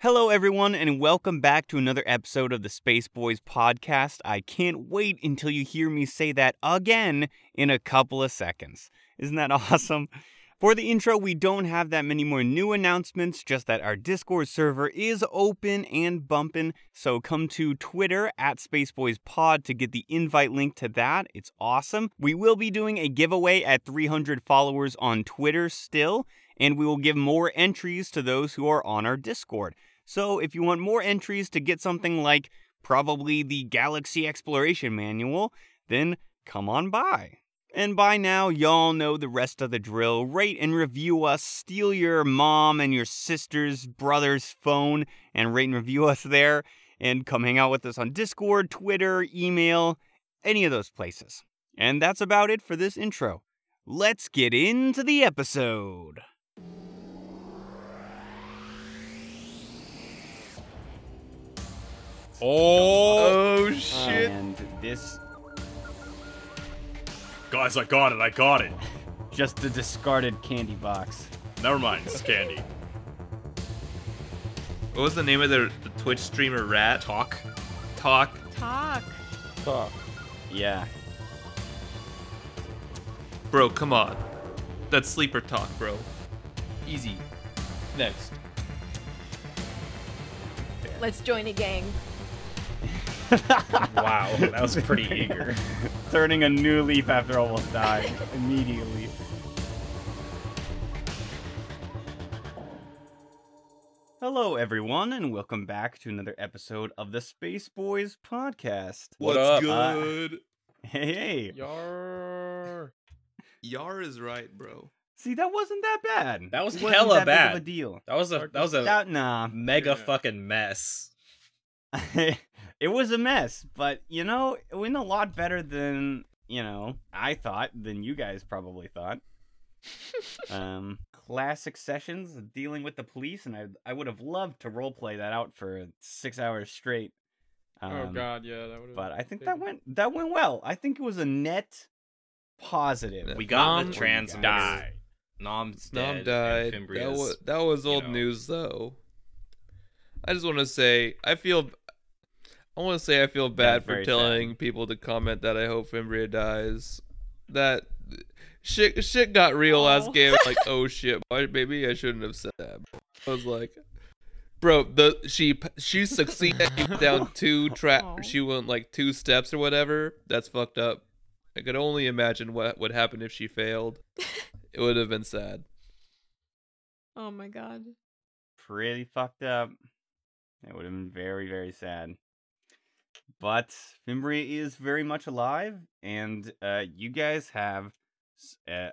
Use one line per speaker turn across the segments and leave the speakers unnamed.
Hello, everyone, and welcome back to another episode of the Space Boys podcast. I can't wait until you hear me say that again in a couple of seconds. Isn't that awesome? For the intro, we don't have that many more new announcements, just that our Discord server is open and bumping. So come to Twitter at SpaceboysPod to get the invite link to that. It's awesome. We will be doing a giveaway at 300 followers on Twitter still, and we will give more entries to those who are on our Discord. So if you want more entries to get something like probably the Galaxy Exploration Manual, then come on by. And by now, y'all know the rest of the drill. Rate and review us. Steal your mom and your sister's brother's phone and rate and review us there. And come hang out with us on Discord, Twitter, email, any of those places. And that's about it for this intro. Let's get into the episode.
Oh,
Oh shit!
And this,
Guys, I got it. I got it.
just a discarded candy box.
Never mind, it's candy.
what was the name of the, the Twitch streamer? Rat
Talk.
Talk.
Talk.
Yeah.
Bro, come on. That's sleeper talk, bro. Easy. Next.
Let's join a gang.
Wow, that was pretty eager.
Turning a new leaf after almost dying immediately. Hello, everyone, and welcome back to another episode of the Space Boys podcast.
What
up?
good?
Hey, hey.
Yar.
Yar is right, bro.
See, that wasn't that bad.
That was
It wasn't
hella
that big of
bad.
a deal.
That was a that was a
That, nah.
mega
Yeah.
fucking mess.
it was a mess, but you know, it went a lot better than you know I thought than you guys probably thought. um, classic sessions dealing with the police, and I I would have loved to roleplay that out for six hours straight.
oh
Um,
god, yeah, that would have.
But I think that went that went well. I think it was a net positive.
We got
Nom
the trans
died.
guy. Nom's dead.
Nom
and
died.
Fimbria's-
That was that was
you
old
know.
news though. I just want to say I feel I want to say I feel bad for
very
telling people to comment that I hope Fimbria dies. That shit shit got real
Oh.
last game. Like oh shit, why, maybe I shouldn't have said that. I was like, bro, the she she succeeded She went down two
Aw.
trap. She went like two steps or whatever. That's fucked up. I could only imagine what would happen if she failed. It would have been sad.
Oh my god.
pretty fucked up. It would have been very, very sad. But Fimbria is very much alive, and uh, you guys have s- uh,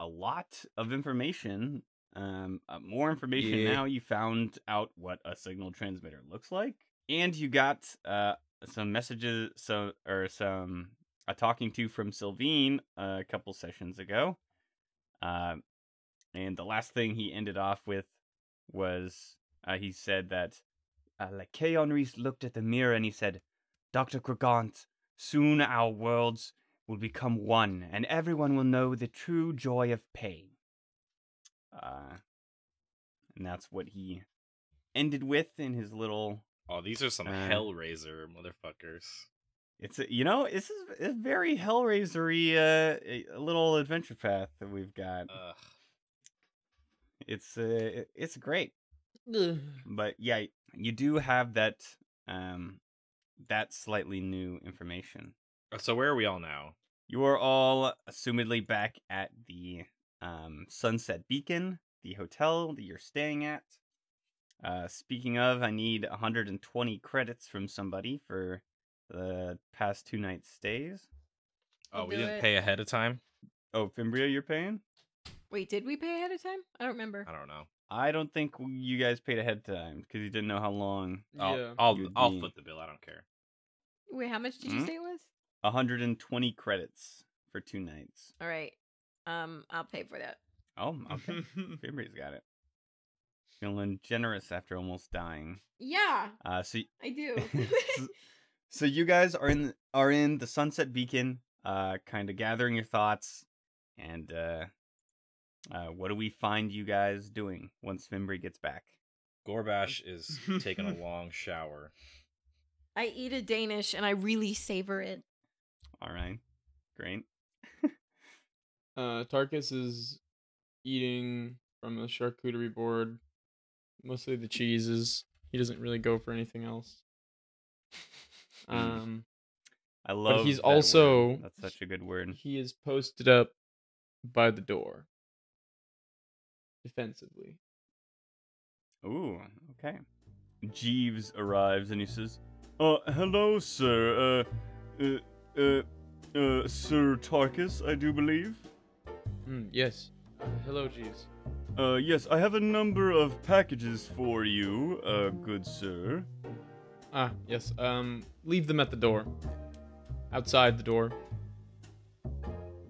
a lot of information. Um, uh, more information
Yeah.
now. You found out what a signal transmitter looks like, and you got uh, some messages, so or some a talking to from Sylvine a couple sessions ago. Uh, and the last thing he ended off with was uh, he said that uh, like K. Henri's looked at the mirror and he said, Dr. Grigant, soon our worlds will become one and everyone will know the true joy of pain. Uh, and that's what he ended with in his little.
Oh, these are some
Uh,
Hellraiser motherfuckers.
It's a, you know this is a very Hellraisery uh, a- a little adventure path that we've got.
Ugh.
It's uh, it- it's great. but yeah, you do have that um that slightly new information.
So where are we all now?
You are all assumedly back at the um Sunset Beacon, the hotel that you're staying at. Uh speaking of, I need 120 credits from somebody for the past two night stays.
Oh,
I'll
we
do
didn't
it.
pay ahead of time.
Oh, Fimbria, you're paying?
Wait, did we pay ahead of time? I don't remember.
I don't know.
I don't think you guys paid ahead time because you didn't know how long. Oh,
I'll
Yeah.
I'll,
You'd
I'll
be-
foot the bill. I don't care.
Wait, how much did you
Hmm?
say it was?
120 credits for two nights.
All right. Um, I'll pay for that.
Oh, okay. Fimbri's got it. Feeling generous after almost dying.
Yeah,
Uh, so,
I do.
so, so you guys are in are in the Sunset Beacon, uh, kind of gathering your thoughts, and uh, uh, what do we find you guys doing once Fimbri gets back?
Gorbash is taking a long shower.
I eat a Danish and I really savor it.
All right. Great.
Uh, Tarkus is eating from a charcuterie board, mostly the cheeses. He doesn't really go for anything else. Um,
I love
he's
that word.
also-
That's such a good word.
he is posted up by the door, defensively.
Ooh, okay. Jeeves arrives and he says, "Uh, hello, sir. Uh, uh, uh, uh Sir Tarkus, I do believe.
Mm, yes. Hello, Jeeves.
Uh, yes, I have a number of packages for you, uh, good sir.
Ah, yes. Um, leave them at the door. Outside the door.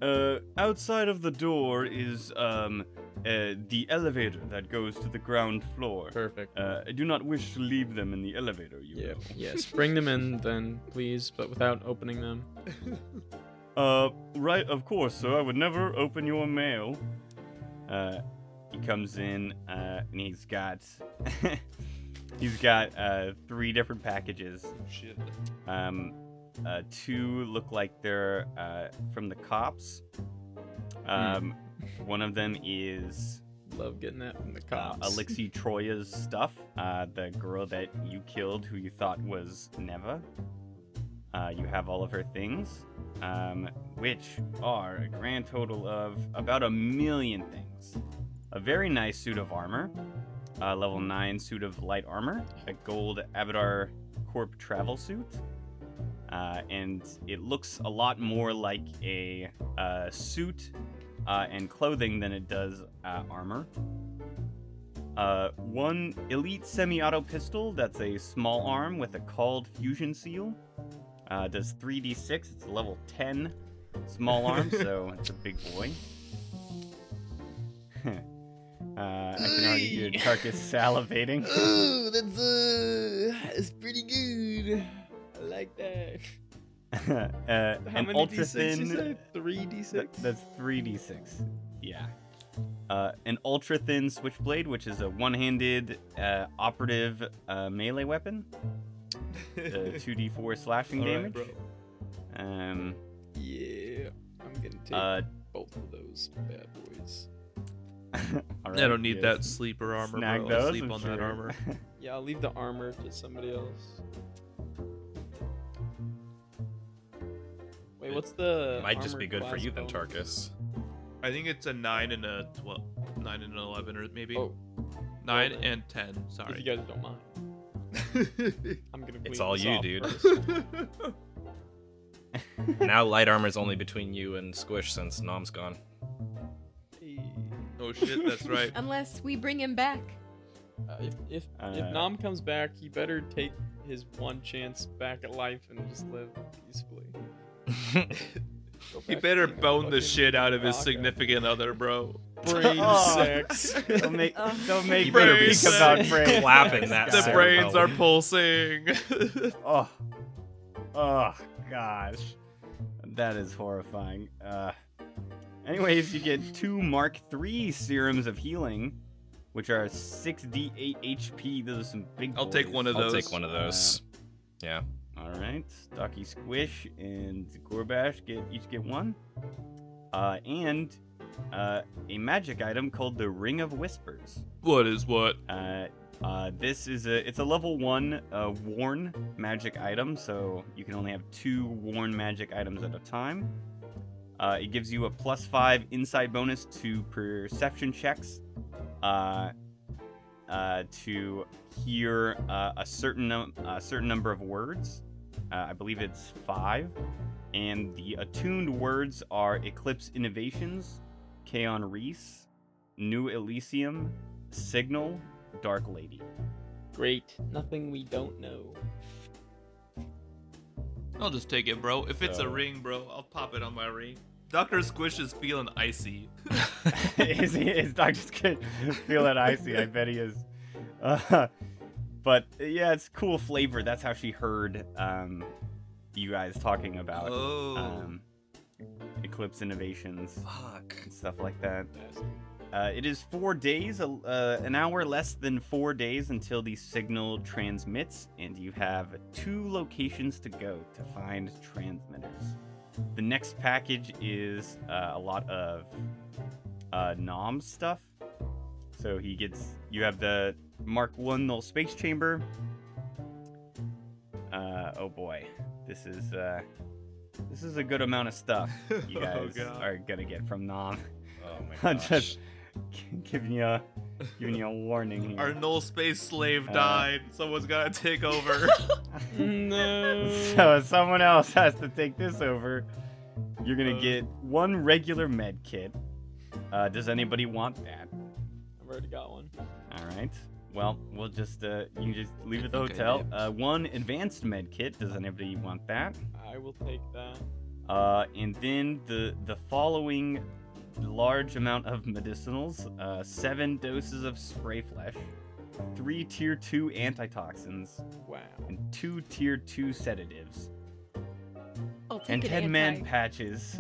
Uh, outside of the door is um, uh, the elevator that goes to the ground floor.
Perfect.
Uh, I do not wish to leave them in the elevator. You
Yeah.
know.
Yes. Bring them in then, please, but without opening them.
Uh, right, of course, sir. I would never open your mail. Uh, he comes in, uh, and he's got, he's got, uh, three different packages.
Shit.
Um, uh, two look like they're, uh, from the cops. Um, one of them is,
Love getting that from the
uh,
cops.
Alexi Troya's stuff. Uh, the girl that you killed, who you thought was Neva. Uh, you have all of her things, um, which are a grand total of about a million things. A very nice suit of armor, a level 9 suit of light armor, a gold Abadar Corp travel suit, uh, and it looks a lot more like a uh, suit uh, and clothing than it does uh, armor. Uh, one elite semi-auto pistol that's a small arm with a called fusion seal. Uh, does 3d6. It's a level 10 small arm, so it's a big boy. uh, I can already hear Tarkus salivating.
Ooh, that's uh, that's pretty good. I like that.
uh, an ultra thin.
Three d
Th- that's 3d6. Yeah. Uh, an ultra thin switchblade, which is a one handed uh, operative uh, melee weapon. uh, The 2d4 slashing damage. Um,
Yeah. I'm gonna take
uh,
both of those bad boys.
alright,
I don't need
yes.
that sleeper armor.
Snag
bro.
those,
I'll sleep
I'm
on that
sure.
armor.
Yeah, I'll leave the armor to somebody else. Wait, what's the?
Might just be
armored
good for
class
you then, Tarkus.
bonus?
I think it's a nine and a twelve, nine and an eleven, or maybe
Oh,
nine
oh.
well,
and ten.
if you
Sorry.
guys don't mind, I'm gonna.
It's
clean
all
this
you,
off
dude.
first.
now light armor's only between you and Squish since Nom's gone.
Hey,
oh shit, that's right.
Unless we bring him back.
uh, if if,
Uh,
if Nam comes back, he better take his one chance back at life and just live peacefully. Go
He
back
better
being a
bone the
fucking
shit out of his
Baraka.
significant other, bro.
Brain
Oh.
sex.
Don't make,
Oh.
don't make
You
me
better
think
be
about
sick.
brains.
Clapping that
the
Sarah
brains
Bowen.
are pulsing.
Oh, oh gosh, that is horrifying. Uh, anyways, you get two Mark III serums of healing, which are 6d8 HP. Those are some big.
I'll take
boys.
one of
I'll
those.
take one of those. yeah.
All right, Stocky Squish and Gorbash get each get one, uh, and uh, a magic item called the Ring of Whispers.
What is what?
Uh, uh, this is a it's a level one uh, worn magic item, so you can only have two worn magic items at a time. Uh, it gives you a plus five inside bonus to perception checks, uh, uh, to hear uh, a certain num- a certain number of words. Uh, I believe it's five, and the attuned words are Eclipse Innovations, Kaon Reese, New Elysium, Signal, Dark Lady.
Great. Nothing we don't know.
I'll just take it, bro. If it's a
So-
ring, bro, I'll pop it on my ring. Doctor Squish is feeling icy.
is he, is Dr. Skin feeling icy? I bet he is. Uh, but yeah, it's cool flavor. That's how she heard um, you guys talking about
oh.
um, Eclipse Innovations
Fuck.
and stuff like that.
Bastard.
Uh, it is four days, a- uh, an hour less than four days until the signal transmits, and you have two locations to go to find transmitters. The next package is uh, a lot of uh, Nom stuff. So he gets. You have the Mark One null space chamber. Uh, oh boy, this is uh, this is a good amount of stuff you guys are gonna get from Nom.
Oh my
I'm
gosh.
just giving you a, giving you a warning
Our
here.
null space slave
Uh,
died. Someone's gotta take over.
No.
So if someone else has to take this over. You're gonna
Uh.
get one regular med kit. Uh, does anybody want that?
I've already got one.
All right. Well, we'll just uh, you can just leave it at the
Okay,
hotel.
yep.
Uh, one advanced med kit. Does anybody want that?
I will take that.
Uh, and then the the following large amount of medicinals: uh, seven doses of spray flesh, three tier two antitoxins,
Wow.
and two tier two sedatives,
I'll take
and
an
ten
anti-
man patches.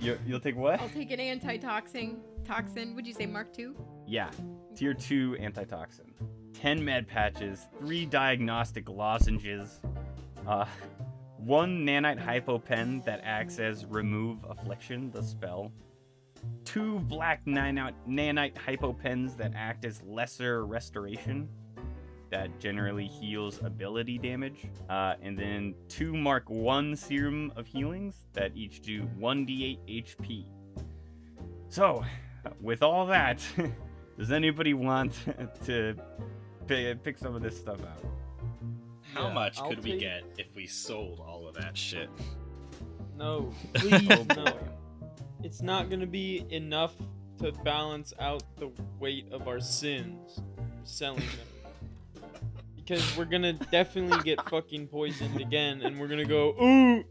You, you'll take what?
I'll take an antitoxin. Toxin? Would you say Mark two?
Yeah, tier two antitoxin, ten med patches, three diagnostic lozenges, uh, one nanite hypopen that acts as remove affliction, the spell, two black nanite, nanite hypopens that act as lesser restoration, that generally heals ability damage, uh, and then two mark one serum of healings that each do one d8 HP. So, with all that, does anybody want to pi- pick some of this stuff out?
How
Yeah,
much
I'll
could we
take-
get if we sold all of that shit? Oh,
No. Please, no.
boy.
It's not gonna be enough to balance out the weight of our sins. Selling them. Because we're gonna definitely get fucking poisoned again, and we're gonna go, ooh,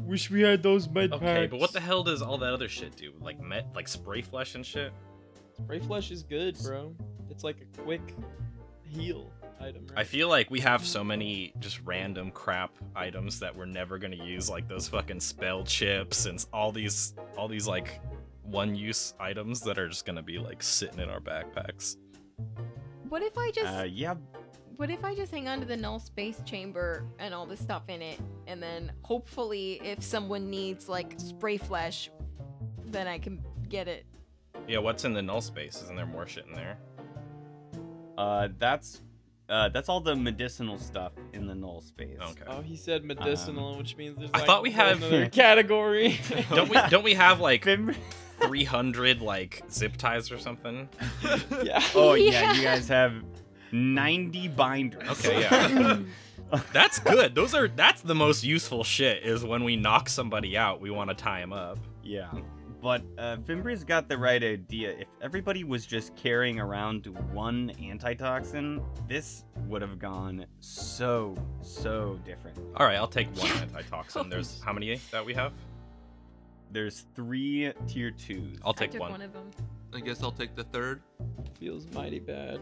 wish we had those med packs.
Okay, but what the hell does all that other shit do? Like met, like spray flesh and shit.
Spray flesh is good, bro. It's like a quick heal item. Right?
I feel like we have so many just random crap items that we're never gonna use, like those fucking spell chips and s- all these, all these like one-use items that are just gonna be like sitting in our backpacks.
What if I just
Uh, yeah,
What if I just hang on to the null space chamber and all the stuff in it, and then hopefully, if someone needs like spray flesh, then I can get it.
Yeah, what's in the null space? Isn't there more shit in there?
uh, that's uh, that's all the medicinal stuff in the null space.
Okay.
Oh, he said medicinal, which means there's.
Um, I
like,
thought we
a
had-
whole another category.
Don't we? Don't we have like
Fim-
300 like zip ties or something?
yeah.
oh yeah, you guys have ninety binders.
Okay, yeah. That's good. Those are that's the most useful shit is when we knock somebody out, we want to tie him up.
Yeah. But uh, Fimbri's got the right idea. If everybody was just carrying around one antitoxin, this would have gone so, so different.
All right, I'll take one antitoxin. There's how many that we have?
There's three tier twos.
I'll
I
take
took one.
one.
of them.
I guess I'll take the third.
Feels mighty bad.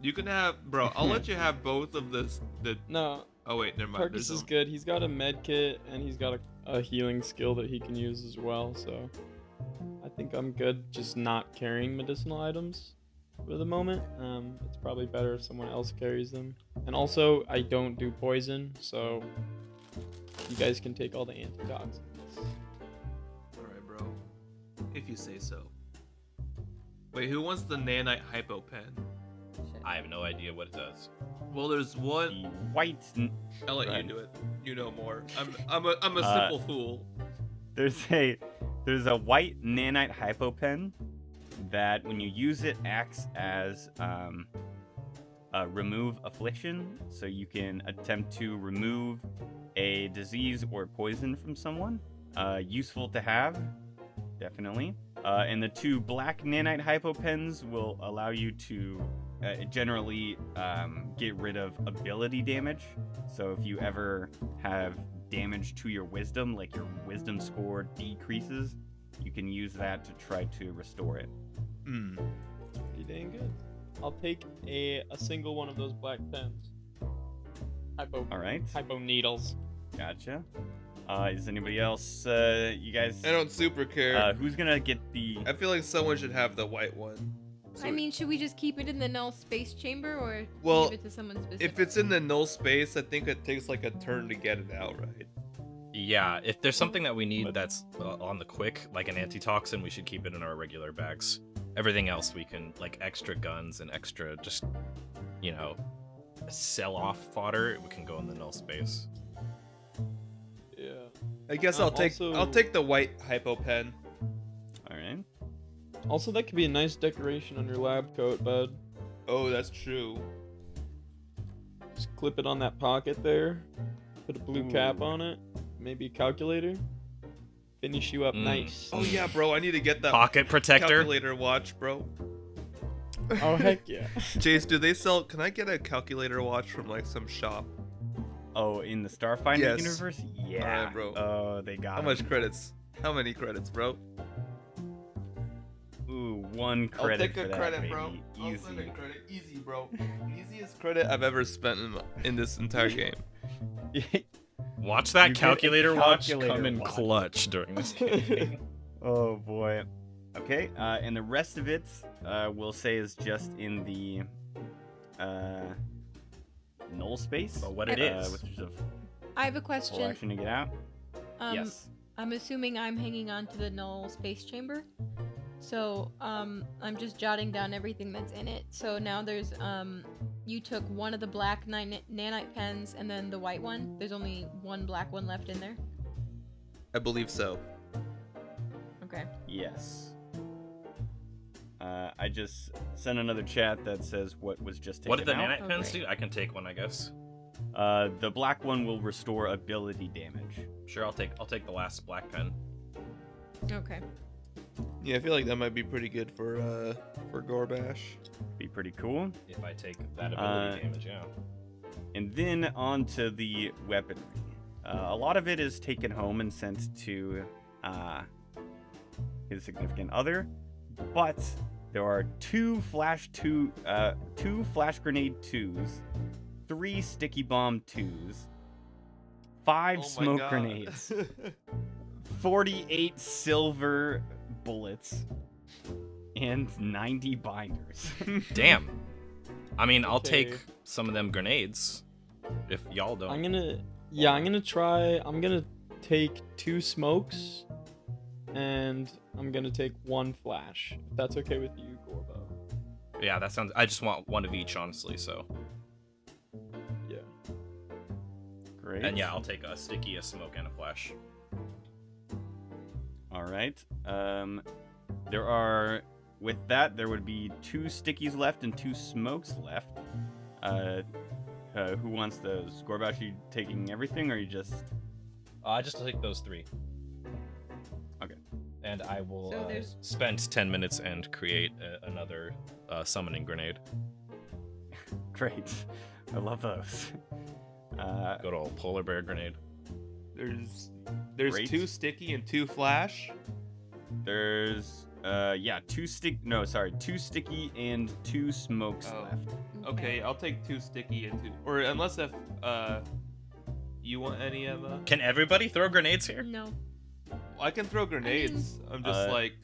You can have, bro. I'll let you have both of this. The
No,
oh wait, never mind.
Tarkus
There's
is
no-
good. He's got a med kit and he's got a, a healing skill that he can use as well. So I think I'm good just not carrying medicinal items for the moment. Um, it's probably better if someone else carries them. And also, I don't do poison, so you guys can take all the antitoxins.
All right, bro. If you say so. Wait, who wants the nanite hypo pen?
I have no idea what it does.
Well, there's one.
The white. n-
I'll let
Right.
you do it. You know more. I'm I'm a I'm a
Uh,
simple fool.
There's a there's a white nanite hypopen that when you use it acts as um, a remove affliction, so you can attempt to remove a disease or poison from someone. Uh, useful to have, definitely. Uh, and the two black nanite hypopens will allow you to uh, generally um, get rid of ability damage. So if you ever have damage to your wisdom, like your wisdom score decreases, you can use that to try to restore it.
Pretty dang good. I'll take a, a single one of those black pens. Hypo,
All right,
hypo needles.
gotcha. Uh, is anybody else? Uh, you guys.
I don't super care.
Uh, who's gonna get the?
I feel like someone should have the white one.
I mean, should we just keep it in the null space chamber or
Well,
give it to someone specific?
if it's in the null space, I think it takes like a turn to get it out, right?
Yeah, if there's something that we need that's uh, on the quick, like an antitoxin, we should keep it in our regular bags. Everything else we can, like extra guns and extra just, you know, sell off fodder, we can go in the null space.
Yeah.
I guess
Um,
I'll take
also-
I'll take the white hypo pen.
All right.
Also, that could be a nice decoration on your lab coat, bud.
Oh, that's true.
Just clip it on that pocket there. Put a blue cap
Ooh.
on it. Maybe a calculator. Finish you up
Mm.
nice.
Oh yeah, bro. I need to get that
Pocket protector.
calculator watch, bro.
Oh heck yeah.
Jace, do they sell? Can I get a calculator watch from like some shop?
Oh, in the Starfinder
Yes. Uh,
universe? Yeah,
bro.
Oh, they got
How much
'em.
credits? How many credits, bro?
Ooh, one credit. for that, baby. Easy.
credit, easy, bro. Easiest credit I've ever spent in, in this entire game.
Watch
You
that
get a
calculator watch
calculator
come in
watch.
clutch during this game.
oh boy. Okay, uh, and the rest of it, uh, we'll say, is just in the uh, null space.
But what it
uh,
is.
which is a
I have a
full
question.
action to get out.
Um,
yes.
I'm assuming I'm hanging on to the null space chamber. So, um, I'm just jotting down everything that's in it. So now there's, um, you took one of the black nin- nanite pens and then the white one. There's only one black one left in there.
I believe so.
Okay.
Yes. Uh, I just sent another chat that says what was just taken
what did the
out.
nanite pens
Okay.
do? I can take one, I guess.
Uh, the black one will restore ability damage.
Sure, I'll take I'll take the last black pen.
Okay.
Yeah, I feel like that might be pretty good for uh for Gorbash.
Be pretty cool.
If I take that ability
Uh,
damage, yeah.
And then on to the weaponry. Uh, a lot of it is taken home and sent to uh, his significant other, but there are two flash two, uh, two flash grenade twos, three sticky bomb twos, five
Oh my
smoke
God.
grenades, forty-eight silver bullets, and ninety binders.
Damn. I mean, I'll
Okay.
take some of them grenades if y'all don't.
I'm gonna yeah, I'm gonna try I'm gonna take two smokes and I'm gonna take one flash. If that's okay with you, Gorbo.
Yeah, that sounds. I just want one of each, honestly. So,
Yeah.
Great.
and yeah, I'll take a sticky, a smoke, and a flash.
All right. Um, there are with that there would be two stickies left and two smokes left. Uh, uh who wants those? Gorbash, you taking everything or you just?
Uh, I just take those three.
Okay.
And I will
So
uh,
there's-
spend ten minutes and create a, another uh, summoning grenade.
Great. I love those. Uh,
Good old polar bear grenade.
There's there's
Great.
two sticky and two flash.
there's uh yeah two stick no sorry two sticky and two smokes
Oh.
left.
Okay, I'll take two sticky and two. Or unless if uh you want any Emma?
Can everybody throw grenades here?
No.
I can throw grenades. I am just
Uh,
like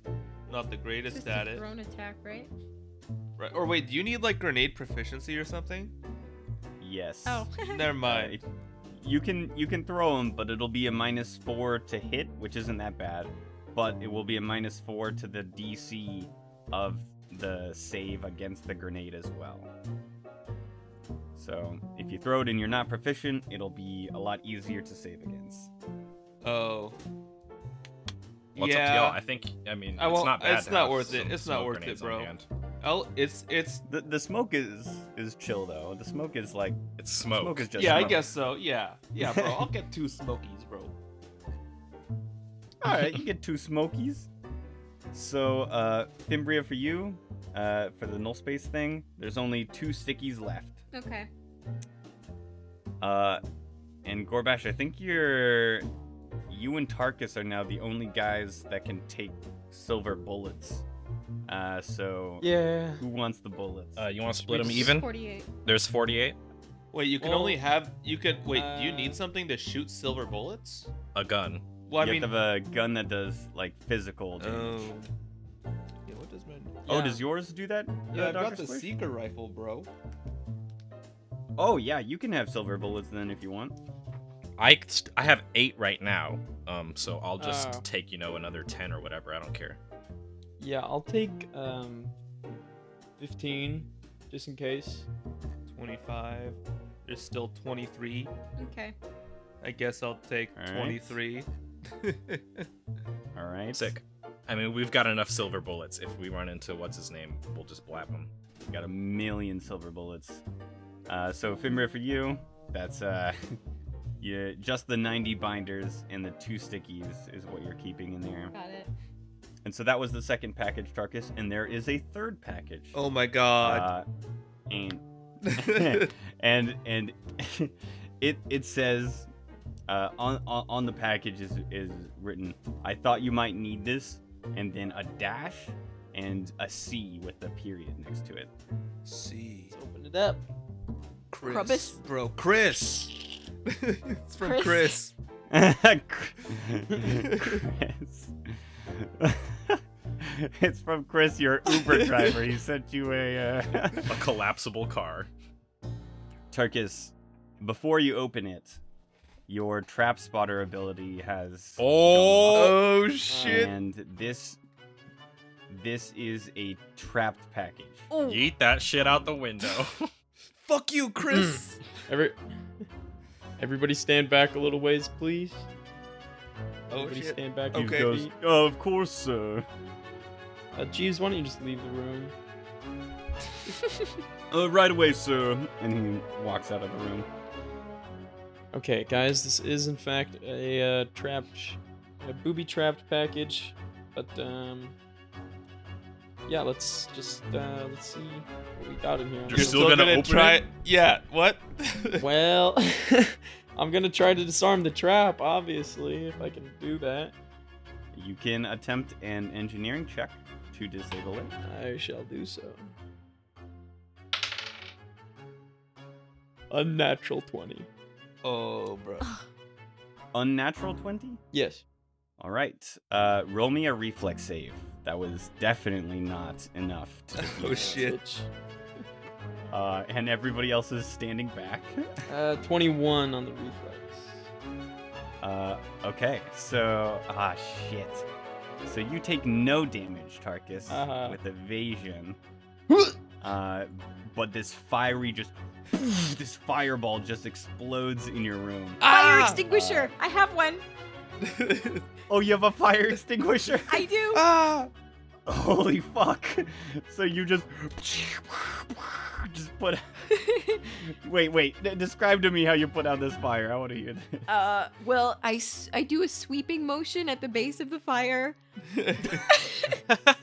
not the
It's
greatest
just
at
a
it.
thrown attack, right?
Right. Or wait, do you need like grenade proficiency or something?
Yes.
Oh.
Never
Uh,
mind.
if- you can you can throw them, but it'll be a minus four to hit, which isn't that bad. But it will be a minus four to the DC of the save against the grenade as well. So if you throw it and you're not proficient, it'll be a lot easier to save against.
Oh.
What's up to y'all? I think. I mean,
I
it's
won't-
not bad.
it's
to
not
have
worth it.
some
It's not
smoke
worth it,
grenades on
bro.
hand.
I'll, it's it's
The the smoke is is chill though. The smoke is like
It's smoke.
smoke is just
yeah, I
smoke.
guess so. Yeah, yeah, bro. I'll get two smokies, bro.
All right, you get two smokies. So, uh, Fimbria for you, uh, for the null space thing. There's only two stickies left.
okay.
Uh, and Gorbash, I think you're, you and Tarkus are now the only guys that can take silver bullets. Uh, so
Yeah.
who wants the bullets?
Uh, you want to split
We
them
just-
even?
48.
There's 48.
Wait, you can
Well,
only have you can wait. do you need
uh,
something to shoot silver bullets?
A gun.
Well, I
you
mean,
have to have a gun that does like physical
oh,
damage.
yeah. What does mine?
Oh,
Yeah.
does yours do that?
Yeah,
uh,
I've got
Dr.
the
Squish?
seeker rifle, bro.
Oh yeah, you can have silver bullets then if you want.
I st- I have eight right now. Um, so I'll just
Oh.
take you know another ten or whatever. I don't care.
Yeah, I'll take um, 15 just in case.
Twenty-five. There's still twenty-three.
Okay.
I guess I'll take
All right.
twenty-three.
All right.
Sick. I mean, we've got enough silver bullets. If we run into what's his name, we'll just blap him.
You got a million silver bullets. Uh, so Fimra for you, that's uh, you just the 90 binders and the two stickies is what you're keeping in there.
Got it.
And so that was the second package, Tarkus, and there is a third package.
oh my god.
Uh, and Uh, and and it it says uh, on, on on the package is is written. I thought you might need this, and then a dash and a C with a period next to it.
See,
Let's open it up.
Chris,
Krubbis?
bro, Chris. it's from
Chris.
Chris.
Chris. it's from Chris, your Uber driver. He sent you a. Uh...
A collapsible car.
Tarkus, before you open it, your trap spotter ability has.
Oh,
Oh shit.
And this. This is a trapped package.
Oh.
yeet that shit out the window.
Fuck you, Chris.
Every Everybody stand back a little ways, please.
oh
Everybody
shit.
stand back.
He Okay.
Goes,
oh, of course, sir.
uh, Jeeves, why don't you just leave the room?
Uh, right away, sir. And he walks out of the room.
Okay, guys, this is in fact a uh, trapped, a booby trapped package, but um, yeah, let's just uh, let's see what we got in here.
You're still gonna open
try
it?
Yeah. What?
well, I'm gonna try to disarm the trap, obviously, if I can do that.
You can attempt an engineering check to disable it.
I shall do so. Unnatural twenty.
oh, bro.
Unnatural 20?
Yes.
All right. Uh, roll me a reflex save. That was definitely not enough to defeat.
Oh
it.
shit.
Bitch.
Uh, and everybody else is standing back.
Uh, twenty-one on the reflex.
Uh, okay, so ah shit. So you take no damage, Tarkus,
Uh-huh.
with evasion. uh, but this fiery just this fireball just explodes in your room.
Fire
Ah!
extinguisher. I have one.
Oh, you have a fire extinguisher.
I do.
ah!
Holy fuck! So you just just put. wait, wait. d- Describe to me how you put out this fire. I want to hear this.
Ah!
Uh, well, I, s- I do a sweeping motion at the base of the fire.
Ah!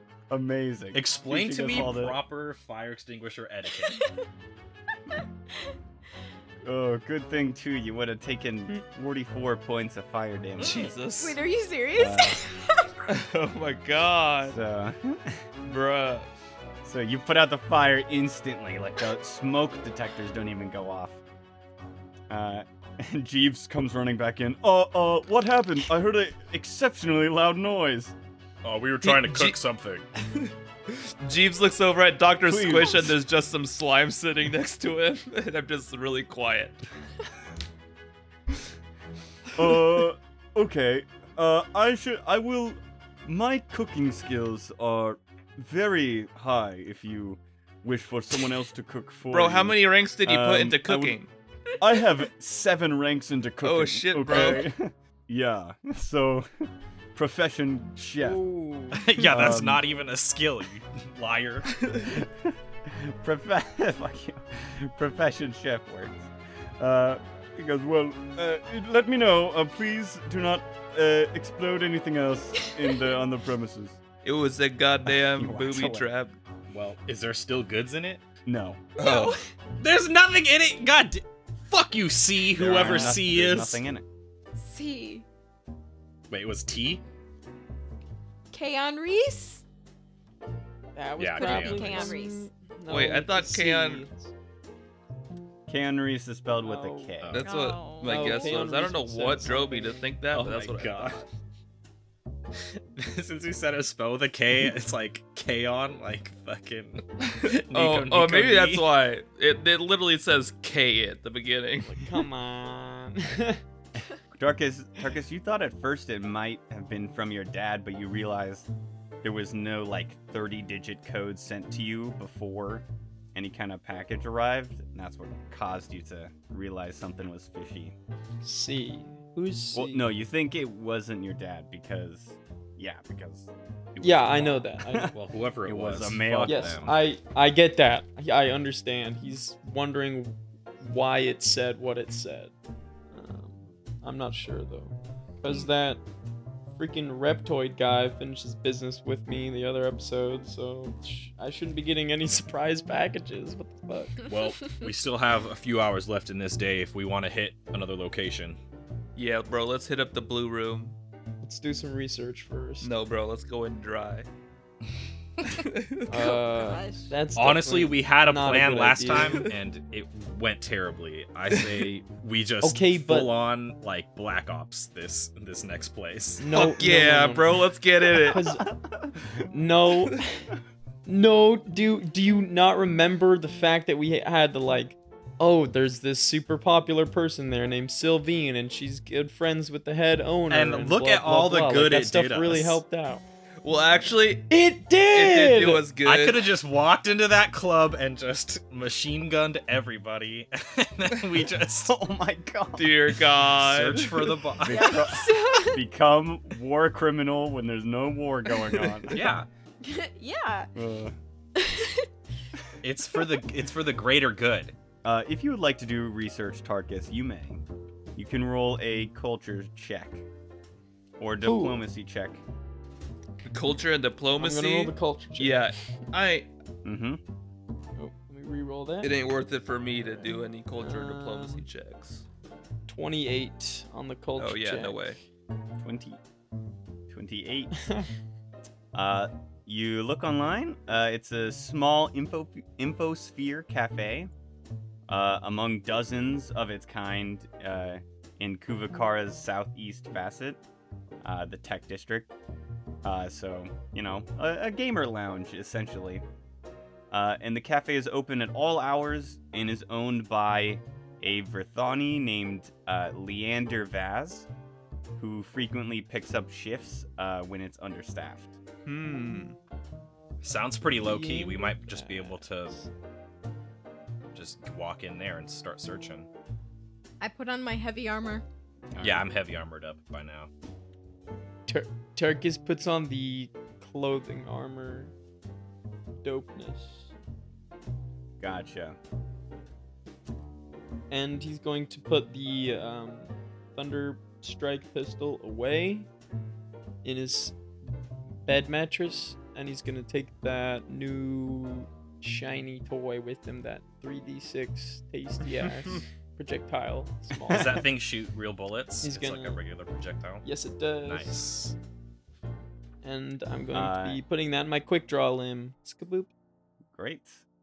Amazing.
Explain to
Teaching us
me
all the-
proper fire extinguisher etiquette.
Oh, good thing too. You would have taken 44 points of fire damage.
Jesus.
Wait, are you serious?
Uh, oh my god,
So,
bruh.
so you put out the fire instantly. Like the smoke detectors don't even go off. Uh, and Jeeves comes running back in. Uh, uh, what happened? I heard an exceptionally loud noise.
oh, we were
trying to cook
something.
Jeeves looks over at Doctor
Please.
Squish, and there's just some slime sitting next to him, and I'm just really quiet.
Uh, okay. Uh, I should. I will. My cooking skills are very high. If you wish for someone else to cook for
Bro, how
you.
many ranks did you
Um,
put into
I would-
cooking?
I have seven ranks into cooking.
Oh, shit, bro.
okay? yeah. So, profession chef.
Ooh.
yeah, that's
Um,
not even a skill, you liar.
Profe- fuck you. profession chef works. Uh, he goes, well, uh, let me know. Uh, please do not uh, explode anything else in the on the premises.
It was a
He
goddamn
walks
booby
away.
trap.
Well, is there still goods in it?
No.
Oh,
There's nothing in it. God, d- fuck you, C.
There are
Whoever
noth-
C
there's
is.
Nothing in it.
See,
Wait, it was T?
Keon Reese.
That was
Yeah,
Could it be
probably
Keanu
one-
Reese?
no,
Wait, I
we
thought
could see
Keanu-
it's-
Canneries is spelled with a
Oh.
K.
Uh,
That's what
Oh.
my
No,
guess
Keanu
was. I don't know
Reeves
what
said
drove me to
something.
think that,
oh
but that's
my
what I
god.
thought.
Since you said a spell with a K, it's like K on, like fucking.
oh,
Nico,
oh,
Nico
maybe that's
D.
why it, it literally says K at the beginning.
Like, come on.
Darkus, Darkus, you thought at first it might have been from your dad, but you realized there was no like 30 digit code sent to you before any kind of package arrived, and that's what caused you to realize something was fishy.
C. Who's C?
Well, no, you think it wasn't your dad because, yeah, because. it was
Yeah,
your
I
mom.
know that. I know.
Well, whoever it,
It was a
fuck
male.
yes,
them.
I I get that. I I understand. He's wondering why it said what it said. Um, I'm not sure though, because that freaking reptoid guy finished his business with me the other episode, so sh- I shouldn't be getting any surprise packages. What the fuck?
Well, we still have a few hours left in this day if we want to hit another location.
Yeah, bro, let's hit up the blue room.
Let's do some research first.
No, bro, let's go in dry.
Uh,
Gosh.
that's
Honestly,
definitely-
we had a
not a
plan
good
last
idea.
time and it went terribly. I say we just
Okay, but-
full on like black ops this this next place.
no, no,
Fuck yeah,
no, no.
bro, let's get in it.
'Cause- no, no. Do do you not remember the fact that we had the like? Oh, there's this super popular person there named Sylvine, and she's good friends with the head owner.
And look
blah,
at
blah,
all the
blah. Like,
good
that
it
stuff
did
really
us.
helped out.
Well, actually,
It
it
did.
did do us good.
I could have just walked into that club and just machine gunned everybody, and then we just
Oh my god.
Dear God.
search for the boss.
Yes.
Become war criminal when there's no war going on.
yeah,
yeah.
Uh,
it's for the it's for the greater good.
uh, if you would like to do research, Tarkus, you may. You can roll a culture check or diplomacy check.
culture and
I'm gonna roll
diplomacy.
the culture check.
Yeah, I.
Mm-hmm.
Oh, let me re-roll that.
It ain't worth it for me to do any culture and diplomacy
Um,
checks.
Twenty-eight on the culture.
Oh yeah, no
check.
way.
20, 28. uh, you look online. Uh, it's a small info infosphere cafe uh, among dozens of its kind uh, in Kuvakara's southeast facet, uh, the tech district. Uh, so, you know, a, a gamer lounge, essentially. Uh, and the cafe is open at all hours and is owned by a Verthani named uh, Leander Vaz who frequently picks up shifts uh, when it's understaffed.
Hmm.
Sounds pretty low key. We might just be able to just walk in there and start searching.
I put on my heavy armor.
Yeah, I'm heavy armored up by now.
Tur- Turkis puts on the clothing armor. Dopeness.
Gotcha.
and he's going to put the um, thunder strike pistol away in his bed mattress and he's going to take that new shiny toy with him that 3d6 tasty ass projectile small
Does that thing shoot real bullets?
He's
it's like a
gonna-
regular projectile.
yes it does
Nice.
and i'm going
Uh,
to be putting that in my quick draw limb skaboop
Great.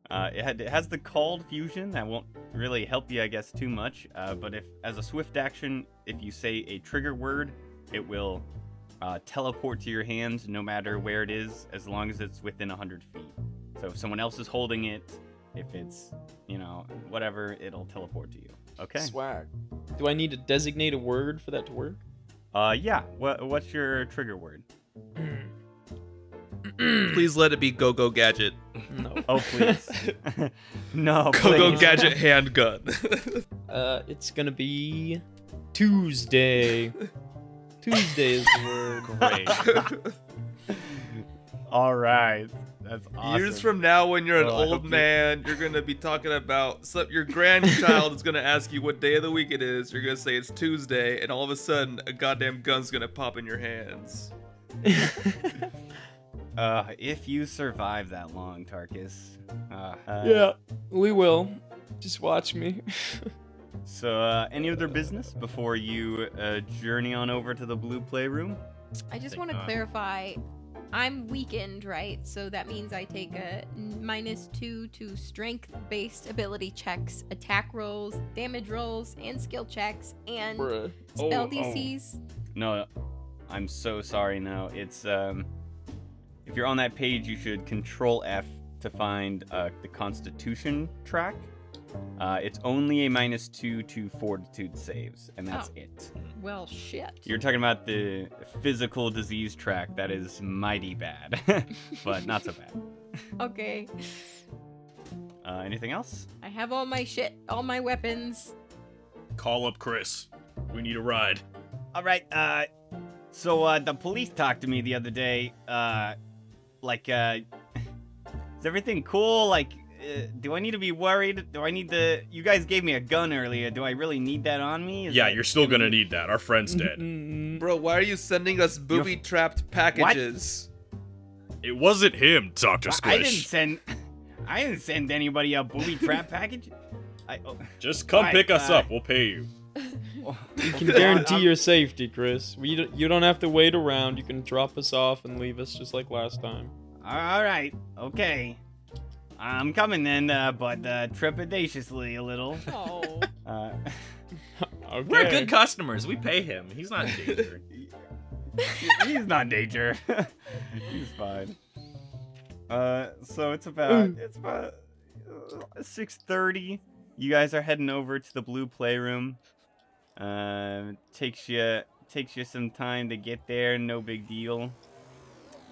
Uh, it, had, it has the called fusion that won't really help you, I guess, too much. Uh, but if, as a swift action, if you say a trigger word, it will uh, teleport to your hand no matter where it is, as long as it's within 100 feet. So if someone else is holding it, if it's, you know, whatever, it'll teleport to you. Okay.
swag do i need to designate a word for that to work
Uh, yeah. What, what's your trigger word?
Please let it be Go Go Gadget.
no
Oh, please. no.
Go
Oh,
Go
please.
Gadget handgun.
Uh, it's gonna be Tuesday. Tuesday is the word.
Great.
All right. That's awesome.
Years from now, when you're an
Well,
Oh,
I hope
old
you-
man, you're gonna be talking about so your grandchild is gonna ask you what day of the week it is. You're gonna say it's Tuesday, and all of a sudden, a goddamn gun's gonna pop in your hands.
Uh, if you survive that long, Tarkus. Uh, uh,
yeah, we will. Just watch me.
So, uh, any other business before you uh, journey on over to the blue playroom?
I just
Think
want to
not.
clarify I'm weakened, right? So that means I take a n- minus two to strength based ability checks, attack rolls, damage rolls, and skill checks, and
Bruh.
Oh,
spell
oh.
DCs.
No, I'm so sorry. No, it's um, if you're on that page, you should Control F to find uh, the Constitution track. Uh, it's only a minus two to Fortitude saves, and that's
Oh.
it.
Well, shit.
You're talking about the physical disease track. That is mighty bad, but not so bad.
okay.
Uh, anything else?
I have all my shit, all my weapons.
Call up Chris. We need a ride.
All right. Uh, so uh, the police talked to me the other day. Uh, like, uh, is everything cool? Like, uh, do I need to be worried? Do I need to? You guys gave me a gun earlier. Do I really need that on me? Is
Yeah,
that-
you're still gonna need that. Our friend's dead.
Mm-mm.
Bro, why are you sending us booby trapped packages?
It wasn't him, Doctor
I, I didn't send. I didn't send anybody a booby trap package. I. Oh,
Just come
Right,
pick us
uh,
up. We'll pay you.
oh,
We can guarantee your safety, Chris. We don't, you don't have to wait around. You can drop us off and leave us just like last time.
All right. Okay. I'm coming then, uh, but uh, trepidatiously a little.
Oh.
Uh,
Okay.
We're good customers. We pay him. He's not in danger.
he's not in danger. he's fine. Uh, so it's about it's about uh, six thirty. You guys are heading over to the blue playroom. Uh, takes you takes you some time to get there. No big deal.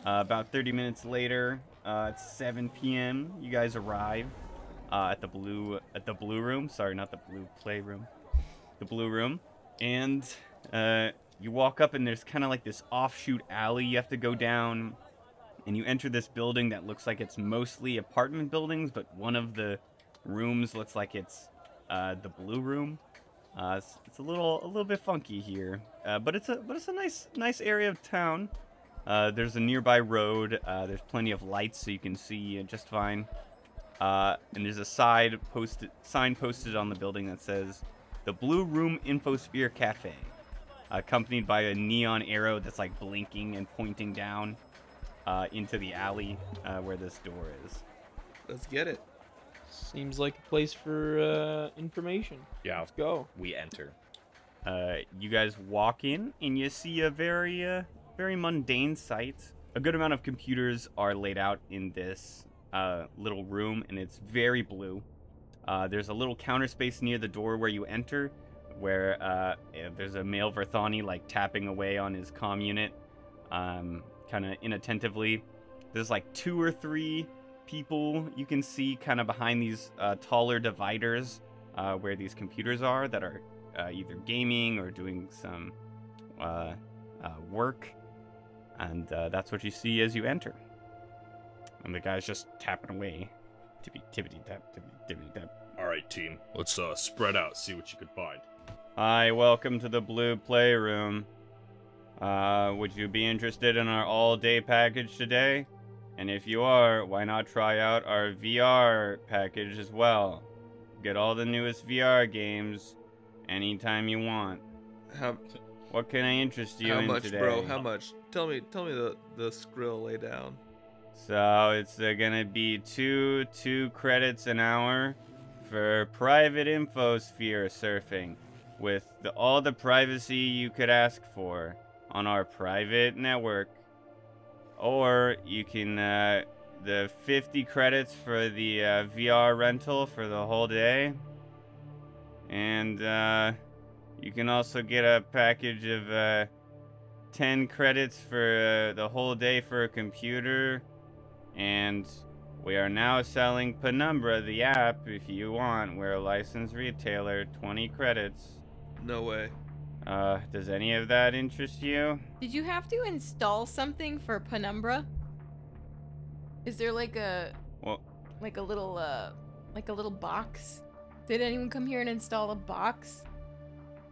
Uh, about thirty minutes later, uh, it's seven p.m. You guys arrive uh, at the blue at the blue room. Sorry, not the blue playroom. The blue room, and uh, you walk up and there's kind of like this offshoot alley you have to go down and you enter this building that looks like it's mostly apartment buildings but one of the rooms looks like it's uh, the blue room uh, it's, it's a little a little bit funky here uh, but it's a but it's a nice nice area of town uh, there's a nearby road uh, there's plenty of lights so you can see uh, just fine uh, and there's a side posted sign posted on the building that says the blue room infosphere cafe accompanied by a neon arrow that's like blinking and pointing down uh, into the alley uh, where this door is.
Let's get it.
Seems like a place for uh, information.
Yeah,
Let's go.
we enter.
Uh, you guys walk in and you see a very, uh, very mundane sight. A good amount of computers are laid out in this uh, little room, and it's very blue. Uh, there's a little counter space near the door where you enter, where uh, eh, there's a male Verthani like tapping away on his comm unit, um, kind of inattentively. There's like two or three people you can see kind of behind these uh, taller dividers uh, where these computers are that are uh, either gaming or doing some uh, uh, work. And uh, that's what you see as you enter. And the guy's just tapping away. Tippity, tippity, tap, tippity, tippity, tap.
All right, team. Let's uh spread out. See what you can find.
Hi, welcome to the Blue Playroom. Uh, would you be interested in our all day package today? And if you are, why not try out our VR package as well? Get all the newest VR games anytime you want.
How,
What can I interest you
how
in
much,
today?
bro? How much? Tell me, tell me the the skrill lay down.
So it's uh, gonna be two two credits an hour for private infosphere surfing, with the, all the privacy you could ask for on our private network, or you can uh, the 50 credits for the uh, VR rental for the whole day, and uh, you can also get a package of. Uh, 10 credits for uh, the whole day for a computer and we are now selling Penumbra, the app, if you want. We're a licensed retailer, 20 credits.
No way.
Uh, does any of that interest you?
Did you have to install something for Penumbra? Is there like a
Well,
like a little uh like a little box? Did anyone come here and install a box?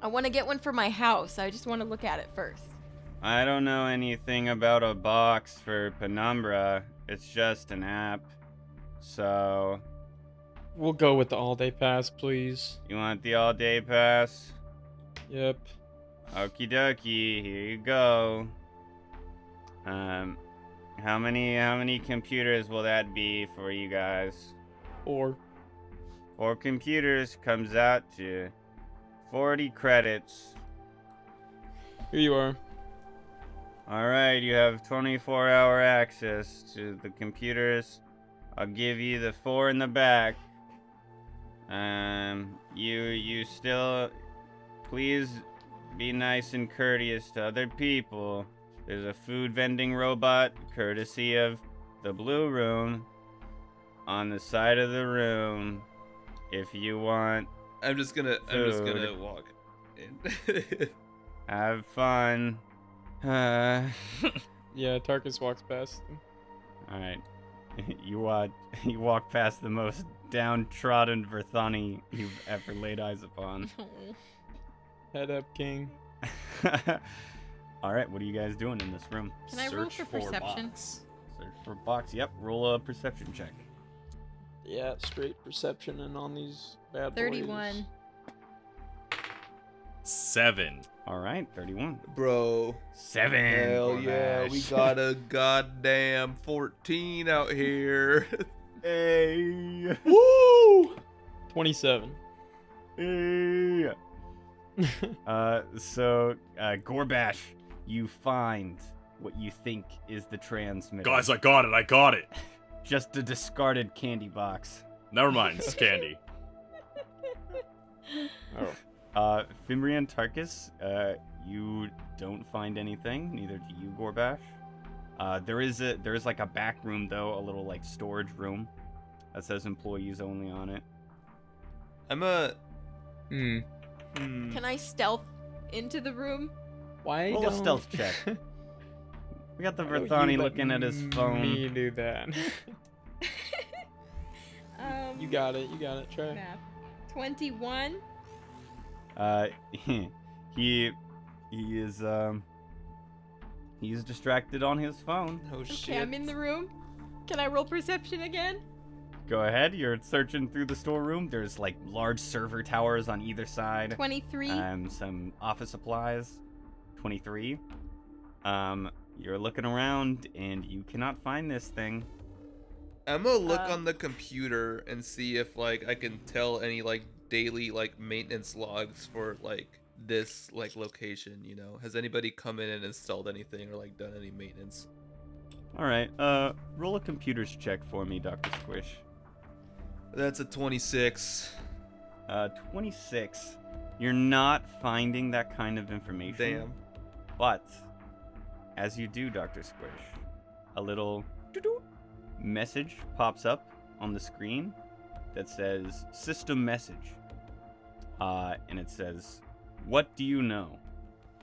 I want to get one for my house. I just want to look at it first.
I don't know anything about a box for Penumbra. It's just an app. So,
We'll go with the all-day pass, please.
you want the all day pass?
Yep.
Okie dokie, here you go. Um, How many how many computers will that be for you guys?
Or
Four computers comes out to 40 credits.
here you are.
All right, you have 24 hour access to the computers. I'll give you the four in the back. Um, you you still please be nice and courteous to other people. There's a food vending robot courtesy of the blue room on the side of the room if you want
I'm just gonna. I'm just gonna
Food.
walk. In.
have fun. Uh,
Yeah, Tarkus walks past. them.
All right. You walk, you walk past the most downtrodden Verthani you've ever laid eyes upon.
No.
Head up, King.
All right, what are you guys doing in this room?
Can I roll for perception?
box.
Search for box. Yep, roll a perception check.
Yeah, straight perception and on these bad
31.
Seven.
All right, 31.
Bro.
Seven. Oh,
Hell yeah, we
Gorbash.
got a goddamn 14 out here.
Hey.
Woo! 27.
Hey. Uh, so, uh, Gorbash, you find what you think is the transmitter.
Guys, I got it. I got it.
just a discarded candy box.
Never mind. It's candy.
Oh.
Uh, Fimrian Tarkus, uh, you don't find anything. Neither do you, Gorbash. Uh, there is a there is like a back room though, a little like storage room that says employees only on it.
I'm a.
Hmm.
Hmm.
Can I stealth into the room?
Why
Roll a
don't...
stealth check. We got the
Why don't you
Verthani
Oh, let
looking at his phone.
Me do that.
Um,
you got it. You got it. Try.
map. 21.
Uh, he he is um he's distracted on his phone.
Oh
Okay,
shit.
I'm in the room. Can I roll perception again?
Go ahead, you're searching through the storeroom. There's like large server towers on either side.
23.
um, some office supplies, 23. Um, you're looking around and you cannot find this thing.
I'm gonna look
Uh,
on the computer and see if like I can tell any like daily like maintenance logs for like this like location. You know, has anybody come in and installed anything or like done any maintenance?
All right, uh, roll a computers check for me, Doctor Squish.
That's a 26.
Uh, 26. You're not finding that kind of information.
Damn.
But as you do, Dr. Squish, a little doo-doo message pops up on the screen that says system message. Uh, and it says, "What do you know?"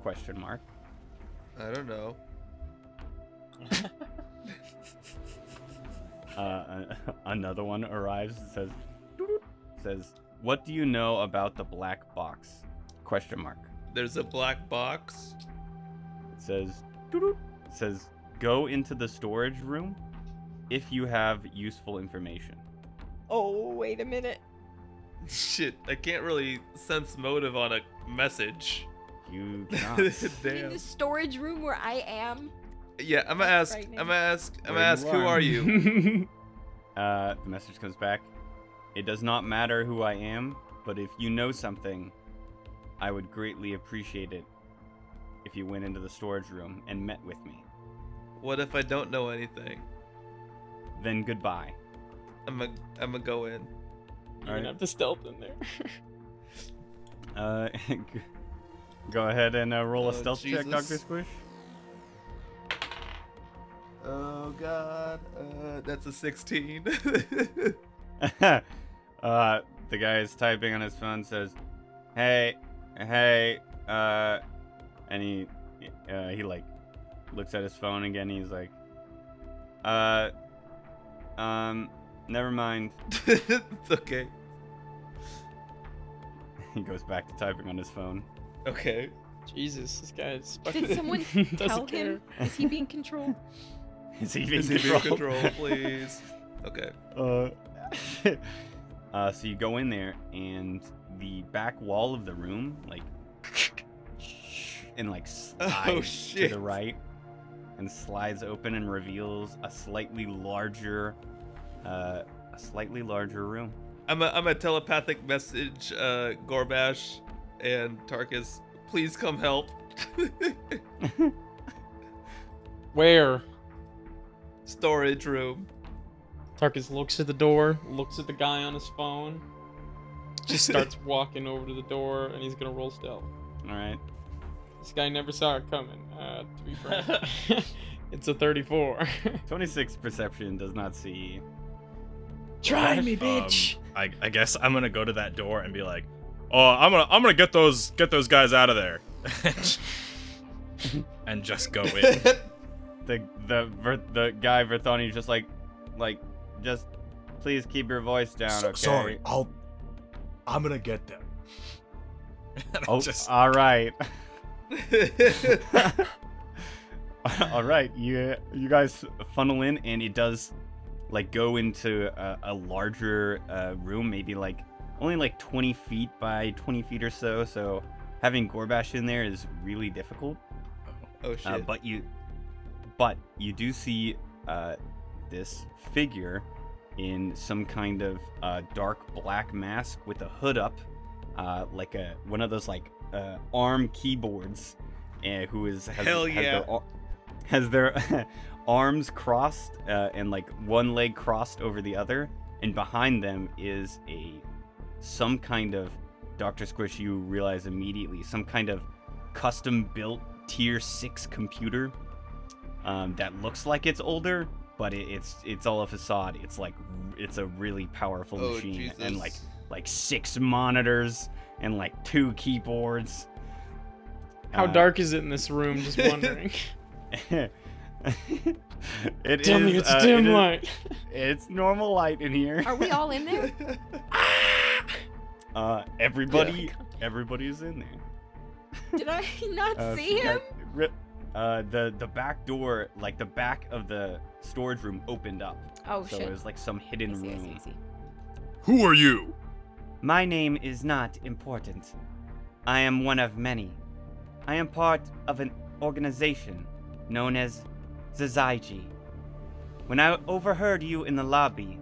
question mark.
I don't know.
Uh, a- another one arrives and says doo-doo, says, "What do you know about the black box?" question mark.
There's a black box.
It says, "Doo-doo." it says, go into the storage room if you have useful information.
Oh, wait a minute.
Shit, I can't really sense motive on a message.
You cannot.
In
Damn.
the storage room where I am.
Yeah, I'm gonna
That's
ask. I'm
frightening.
gonna ask. I'm gonna
Where
ask. Who are you?
uh, the message comes back. It does not matter who I am, but if you know something, I would greatly appreciate it if you went into the storage room and met with me.
What if I don't know anything?
Then goodbye.
I'm gonna. I'm gonna go in.
You're
Alright.
gonna have to stealth in there.
Uh, go ahead and uh, roll a
Oh,
stealth check, Doctor
Jesus.
Squish.
Oh God, uh, that's a 16.
uh, the guy is typing on his phone says, "Hey, hey," uh, and he uh, he like looks at his phone again. He's like, "Uh, um, never mind."
it's okay.
He goes back to typing on his phone.
Okay.
Jesus, this guy is fucking.
Did someone
doesn't
tell
care.
him? Is he being controlled?
Is he being
Is he being
controlled?
controlled, please? Okay.
Uh, uh, so you go in there, and the back wall of the room, like, and like slides to
shit.
the right, and slides open and reveals a slightly larger, uh, a slightly larger room.
I'm a, I'm a telepathic message, uh, Gorbash and Tarkus. Please come help.
Where?
Storage room.
Tarkus looks at the door, looks at the guy on his phone, just starts walking over to the door, and he's gonna roll stealth.
All right.
This guy never saw it coming. Uh, to be frank, it's a 34.
26 perception does not see.
Try
Um, I, I guess I'm gonna go to that door and be like, "Oh, I'm gonna I'm gonna get those get those guys out of there," and just go in.
The the Ver, the guy Verthoni just like like just please keep your voice down,
So-
okay?
Sorry, I'll. I'm gonna get them.
And I
Oh,
just-
all right. all right, you you guys funnel in, and it does like go into a, a larger uh, room, maybe like only like 20 feet by 20 feet or so. So having Gorbash in there is really difficult.
oh shit.
Uh, but you, but you do see uh, this figure in some kind of uh, dark black mask with a hood up, uh, like a one of those like uh, arm keyboards, uh, who is has,
Hell
has
yeah.
their, ar- has their arms crossed uh, and like one leg crossed over the other, and behind them is a some kind of Doctor Squish. You realize immediately some kind of custom built tier six computer um, that looks like it's older, but it, it's it's all a facade. It's like r- it's a really powerful
oh
machine
Jesus.
and like like six monitors and like two keyboards.
How
Uh,
dark is it in this room? Just wondering.
it
Tell me
is,
it's
uh, it
dim
is-
light.
It's normal light in here.
Are we all in there?
Uh, everybody, everybody's in there.
Did I not
Uh,
see
so you
him?
guys- rip- uh, the the back door, like the back of the storage room, opened up.
Oh
so
shit.
it was like some
I
hidden
see, I see,
room.
I see.
Who are you?
My name is not important. I am one of many. I am part of an organization known as Zazaiji. When I overheard you in the lobby,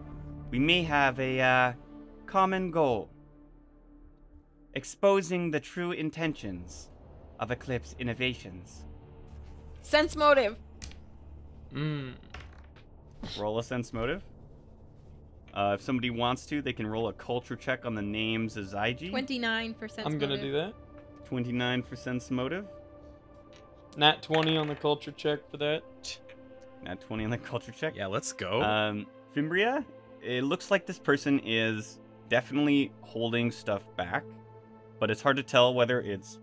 we may have a uh, common goal exposing the true intentions of Eclipse Innovations.
Sense motive.
Mm.
Roll a sense motive. Uh, if somebody wants to, they can roll a culture check on the name Zazaiji.
29 for sense
I'm gonna
motive.
do that.
29 for sense motive.
Nat 20 on the culture check for that.
Nat 20 on the culture check.
yeah, let's go.
Um, Fimbria, it looks like this person is definitely holding stuff back, but it's hard to tell whether it's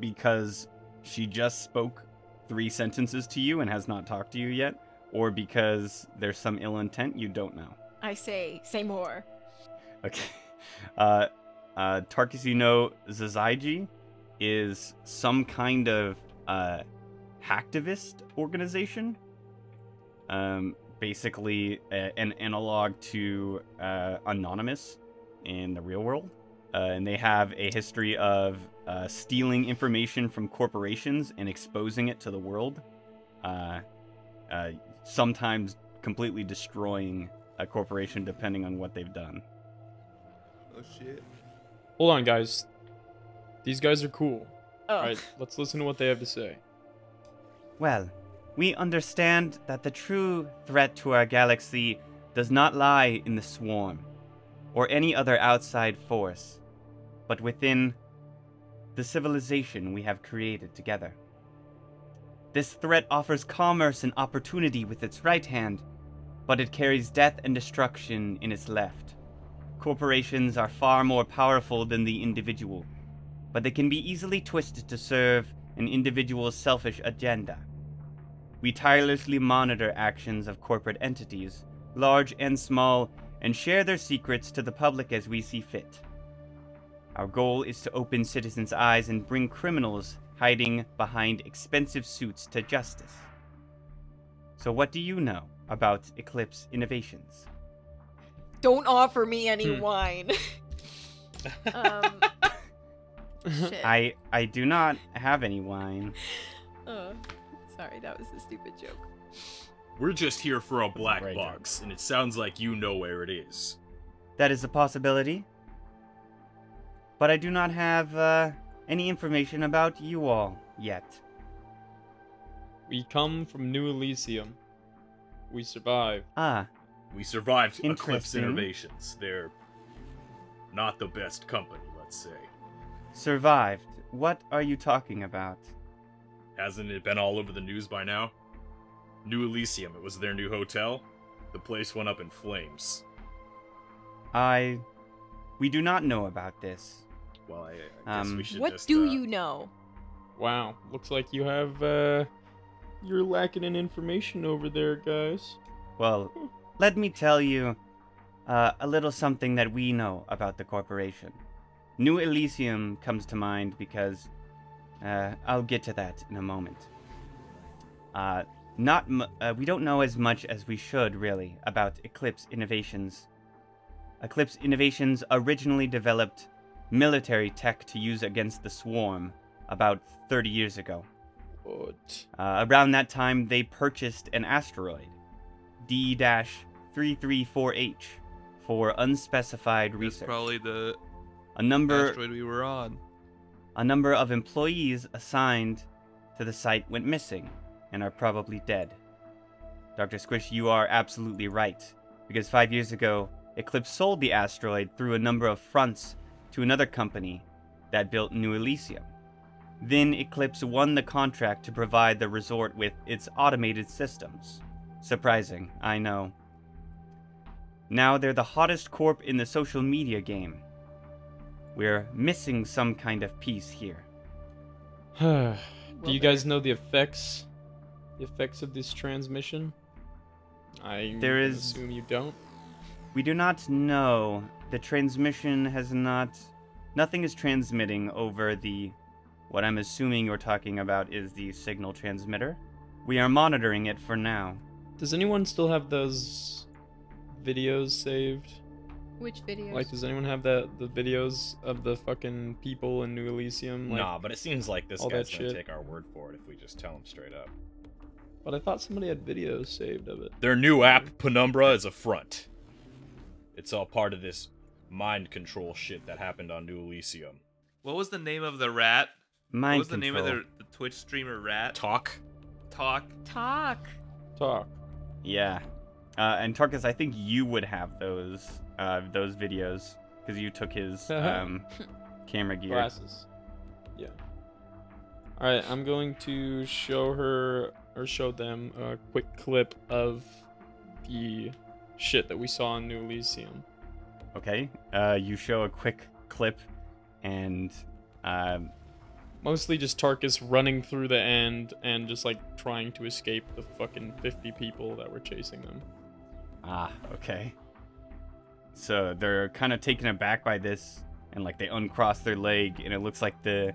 because she just spoke three sentences to you and has not talked to you yet, or because there's some ill intent you don't know.
I say, say more.
Okay. Uh, uh, Tarkus, you know, Zazaiji is some kind of uh, hacktivist organization. Um, basically, a, an analog to uh, Anonymous in the real world. Uh, and they have a history of uh, stealing information from corporations and exposing it to the world. Uh, uh, sometimes completely destroying a corporation depending on what they've done.
oh shit.
Hold on, guys. These guys are cool.
Oh.
All right, let's listen to what they have to say.
Well, we understand that the true threat to our galaxy does not lie in the swarm or any other outside force, but within the civilization we have created together. This threat offers commerce and opportunity with its right hand, but it carries death and destruction in its left. Corporations are far more powerful than the individual, but they can be easily twisted to serve an individual's selfish agenda. We tirelessly monitor actions of corporate entities, large and small, and share their secrets to the public as we see fit. Our goal is to open citizens' eyes and bring criminals hiding behind expensive suits to justice. So, what do you know about Eclipse Innovations?
Don't offer me any
Hmm.
wine. um, shit. Uh,
I I do not have any wine.
Uh, Sorry, that was a stupid joke.
We're just here for a black
Right.
box, and it sounds like you know where it is.
That is a possibility. But I do not have uh, any information about you all yet.
We come from New Elysium. We survived.
Ah,
We survived Eclipse
Interesting.
Innovations. They're not the best company, let's say.
survived. What are you talking about?
Hasn't it been all over the news by now? New Elysium, it was their new hotel. The place went up in flames.
I. We do not know about this.
Well, I, I guess
Um,
we should
What
just,
do
uh,
you know?
Wow, looks like you have uh you're lacking in information over there, guys.
Well, let me tell you uh, a little something that we know about the corporation. New Elysium comes to mind because uh, I'll get to that in a moment. Uh, not m- uh, we don't know as much as we should really about Eclipse Innovations. Eclipse Innovations originally developed military tech to use against the Swarm about 30 years ago.
What?
Uh, around that time, they purchased an asteroid, D 334H, for unspecified
It's
research.
probably the
a number,
asteroid we were on.
a number of employees assigned to the site went missing and are probably dead. Dr. Squish, you are absolutely right, because five years ago, Eclipse sold the asteroid through a number of fronts to another company that built New Elysium. Then Eclipse won the contract to provide the resort with its automated systems. Surprising, I know. Now they're the hottest corp in the social media game. We're missing some kind of piece here.
do
Well,
you guys know the effects the effects of this transmission? I
There is-
assume you don't.
We do not know. The transmission has not. Nothing is transmitting over the. What I'm assuming you're talking about is the signal transmitter. We are monitoring it for now.
Does anyone still have those videos saved?
Which videos?
Like, does anyone have that the videos of the fucking people in New Elysium? Like,
nah, but it seems like this
all that
guy's gonna
shit.
take our word for it if we just tell him straight up.
But I thought somebody had videos saved of it.
Their new app, Penumbra, is a front.
It's all part of this mind control shit that happened on New Elysium.
What was the name of the rat?
Mind
what was the name of
control.
the, the Twitch streamer rat?
Talk.
Talk.
Talk.
Talk.
Yeah. Uh, and Tarkus, I think you would have those uh, those videos because you took his um, camera gear.
Glasses. Yeah. All right, I'm going to show her or show them a quick clip of the shit that we saw in New Elysium.
Okay. Uh, you show a quick clip, and um,
Mostly just Tarkus running through the end and just like trying to escape the fucking 50 people that were chasing them.
Ah, okay. So they're kind of taken aback by this, and like they uncross their leg, and it looks like the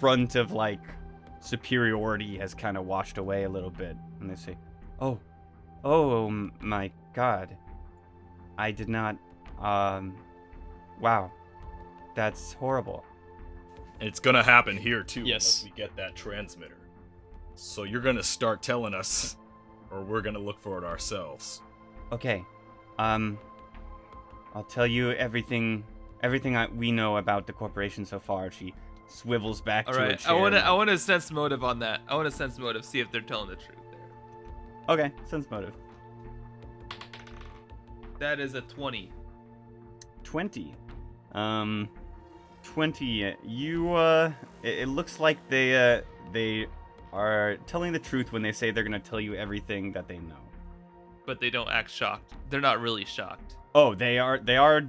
front of like superiority has kind of washed away a little bit, and they say, "Oh, oh m- my God, I did not. Um, wow, that's horrible."
It's gonna happen here too,
Yes.
unless we get that transmitter. So you're gonna start telling us, or we're gonna look for it ourselves.
Okay, um, I'll tell you everything, everything I, we know about the corporation so far. She swivels back
All
to a
right. I
chair.
want to.
and-
I want to sense motive on that. I want to sense motive. See if they're telling the truth there.
Okay, sense motive.
That is a twenty.
20. Um 20. You uh it, it looks like they uh they are telling the truth when they say they're going to tell you everything that they know.
But they don't act shocked. They're not really shocked.
Oh, they are they are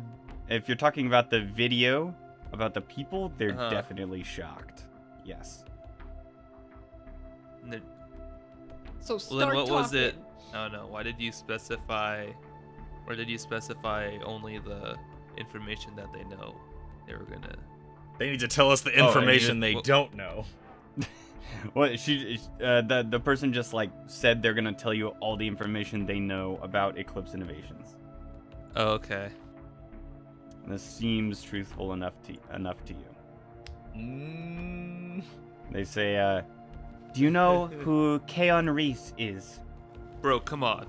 if you're talking about the video about the people, they're
Uh-huh.
definitely shocked. Yes.
And they're-
So
well,
start
then what was it?
talking.
No, no. Why did you specify, or did you specify only the information that they know? They were gonna.
They need to tell us the
Oh,
information
yeah.
they
Well-
don't know.
Well, she uh, the the person just like said they're going to tell you all the information they know about Eclipse Innovations.
Oh, okay.
And this seems truthful enough to enough to you.
Mm,
They say, uh, Do you know who Keon Reese is?
Bro, come on.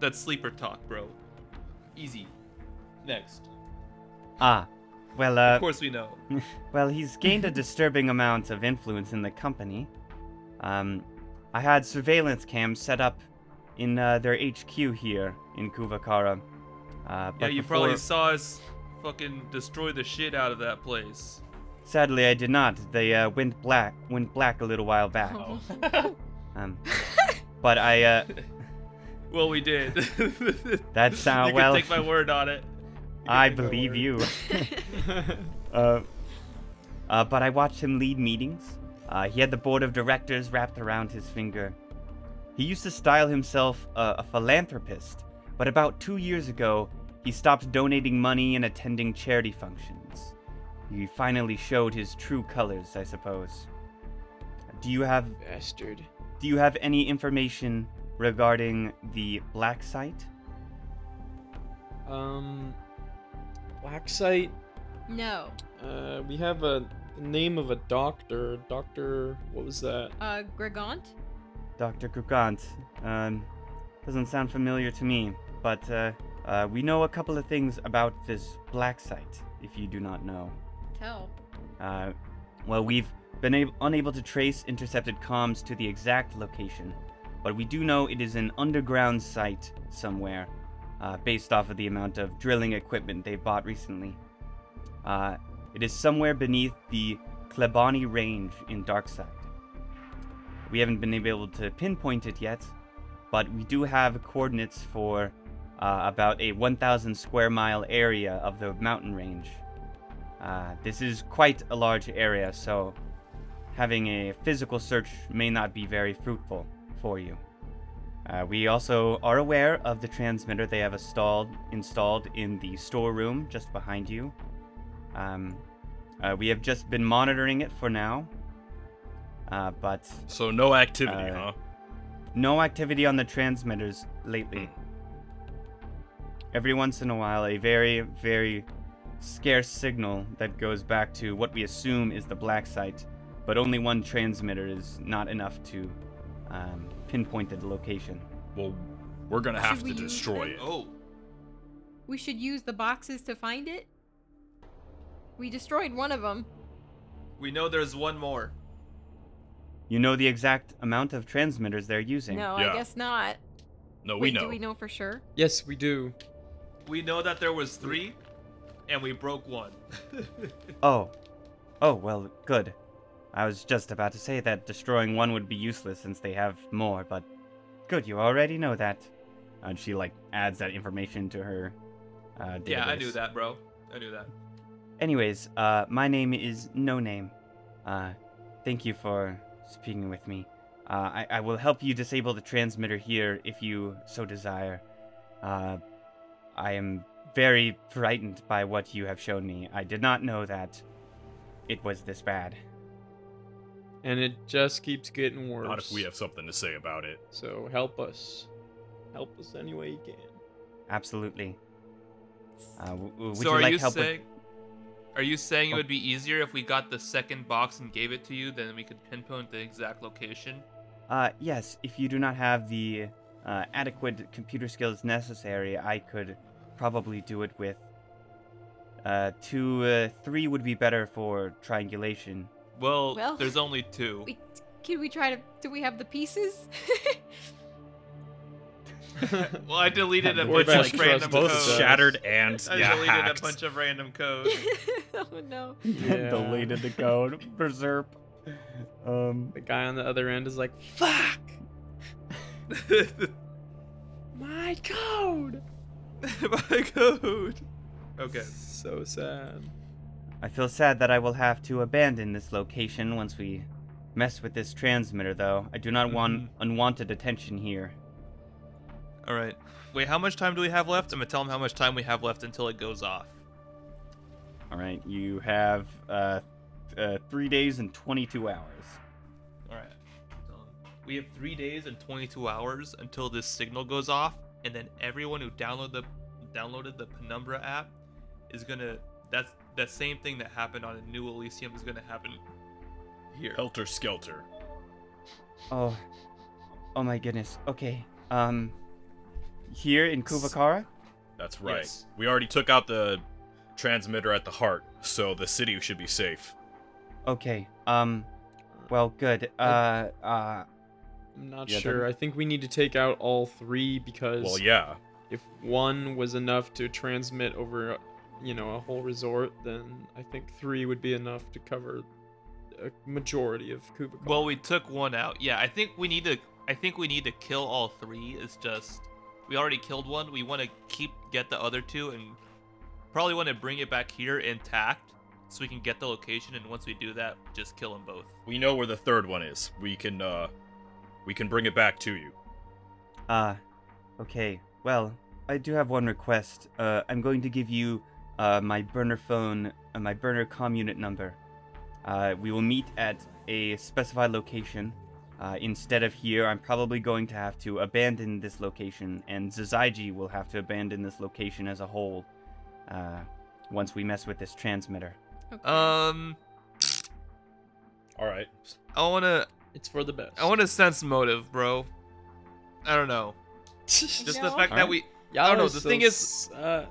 That's sleeper talk, bro. Easy. Next.
Ah, well,
Of
uh,
course we know.
well, he's gained a disturbing amount of influence in the company. Um, I had surveillance cams set up in uh, their HQ here in Kuvakara. Uh,
Yeah,
but
you
before-
probably saw us fucking destroy the shit out of that place.
Sadly, I did not. They uh, went black, went black a little while back.
Oh.
Um, but I, uh,
Well, we did.
That sound-
you
well-
Can take my word on it.
I believe you. uh, uh, but I watched him lead meetings. Uh, he had the board of directors wrapped around his finger. He used to style himself a, a philanthropist, but about two years ago, he stopped donating money and attending charity functions. He finally showed his true colors, I suppose. Do you have
Bastard.
Do you have any information regarding the black site?
Um, Black Site.
no.
Uh, we have a name of a doctor. Doctor, what was that?
Uh, Gregant?
Dr. Grugant. Um, doesn't sound familiar to me, but uh, uh, we know a couple of things about this black site, if you do not know.
Tell.
Uh, well, we've been ab- unable to trace intercepted comms to the exact location, but we do know it is an underground site somewhere, uh, based off of the amount of drilling equipment they bought recently. Uh, it is somewhere beneath the Klebani Range in Darkside. We haven't been able to pinpoint it yet, but we do have coordinates for uh, about a 1,000 square mile area of the mountain range. Uh, this is quite a large area, so having a physical search may not be very fruitful for you. Uh, we also are aware of the transmitter they have installed installed in the storeroom just behind you. Um, uh, we have just been monitoring it for now, uh, but
So no activity,
Uh,
huh?
no activity on the transmitters lately. Every once in a while, a very, very scarce signal that goes back to what we assume is the black site, but only one transmitter is not enough to um, pinpoint the location.
Well, we're gonna have
Should
to
we use
destroy
them?
it.
Oh,
We should use the boxes to find it? We destroyed one of them.
we know there's one more.
You know the exact amount of transmitters they're using.
No, I
Yeah.
guess not.
No, we
Wait,
know.
Do we know for sure?
Yes, we do.
We know that there was three, and we broke one.
Oh. Oh, well, good. I was just about to say that destroying one would be useless since they have more, but good, you already know that. And she, like, adds that information to her uh, database.
yeah, I knew that, bro. I knew that.
Anyways, uh, my name is No Name. Uh, thank you for speaking with me. Uh, I, I will help you disable the transmitter here if you so desire. Uh, I am very frightened by what you have shown me. I did not know that it was this bad.
And it just keeps getting worse.
Not if we have something to say about it.
So help us. Help us any way you can.
Absolutely. Uh, w- w- would
so
you
are
like
you
help
saying? Are you saying it
Oh.
would be easier if we got the second box and gave it to you, then we could pinpoint the exact location?
with? Uh, yes, if you do not have the uh, adequate computer skills necessary, I could probably do it with. Uh, two, uh, three would be better for triangulation.
Well,
Well,
there's only two.
We can we try to do we have the pieces?
Well, I deleted a
We're
bunch of
about to
random
trust both
codes.
sides.
shattered and
I
yeah,
deleted
hacked.
a bunch of random code.
oh no.
Yeah.
Deleted the code. Berserp. Um,
The guy on the other end is like, fuck! My code!
My code. Okay.
So sad.
I feel sad that I will have to abandon this location once we mess with this transmitter, though. I do not want unwanted attention here.
All right. Wait, how much time do we have left? I'm gonna tell him how much time we have left until it goes off.
All right, you have uh, uh, three days and 22 hours.
All right. We have three days and 22 hours until this signal goes off, and then everyone who downloaded the downloaded the Penumbra app is gonna. That's that same thing that happened on New Elysium is gonna happen here.
Helter skelter.
Oh. Oh my goodness. Okay. Um. Here in Kuvakara?
That's right.
Yes.
We already took out the transmitter at the heart, so the city should be safe.
Okay. Um. Well, good. Uh. Uh.
I'm not
Yeah,
sure. I think we need to take out all three because
Well, yeah.
if one was enough to transmit over, you know, a whole resort, then I think three would be enough to cover a majority of Cuba.
Well, we took one out. Yeah, I think we need to. I think we need to kill all three. It's just we already killed one. We want to keep get the other two and probably want to bring it back here intact so we can get the location. And once we do that, just kill them both.
We know where the third one is. We can uh we can bring it back to you.
Ah, okay. Well, I do have one request. Uh, I'm going to give you uh, my burner phone, uh, my burner com unit number. Uh, we will meet at a specified location. Uh, instead of here, I'm probably going to have to abandon this location, and Zazaiji will have to abandon this location as a whole uh, once we mess with this transmitter.
Okay.
Um,
All right.
I wanna.
it's for the best.
I wanna sense motive, bro. I don't know. Just the
No.
fact that
Alright.
we.
Y'all
I don't know,
are
the
so
thing is-
sus.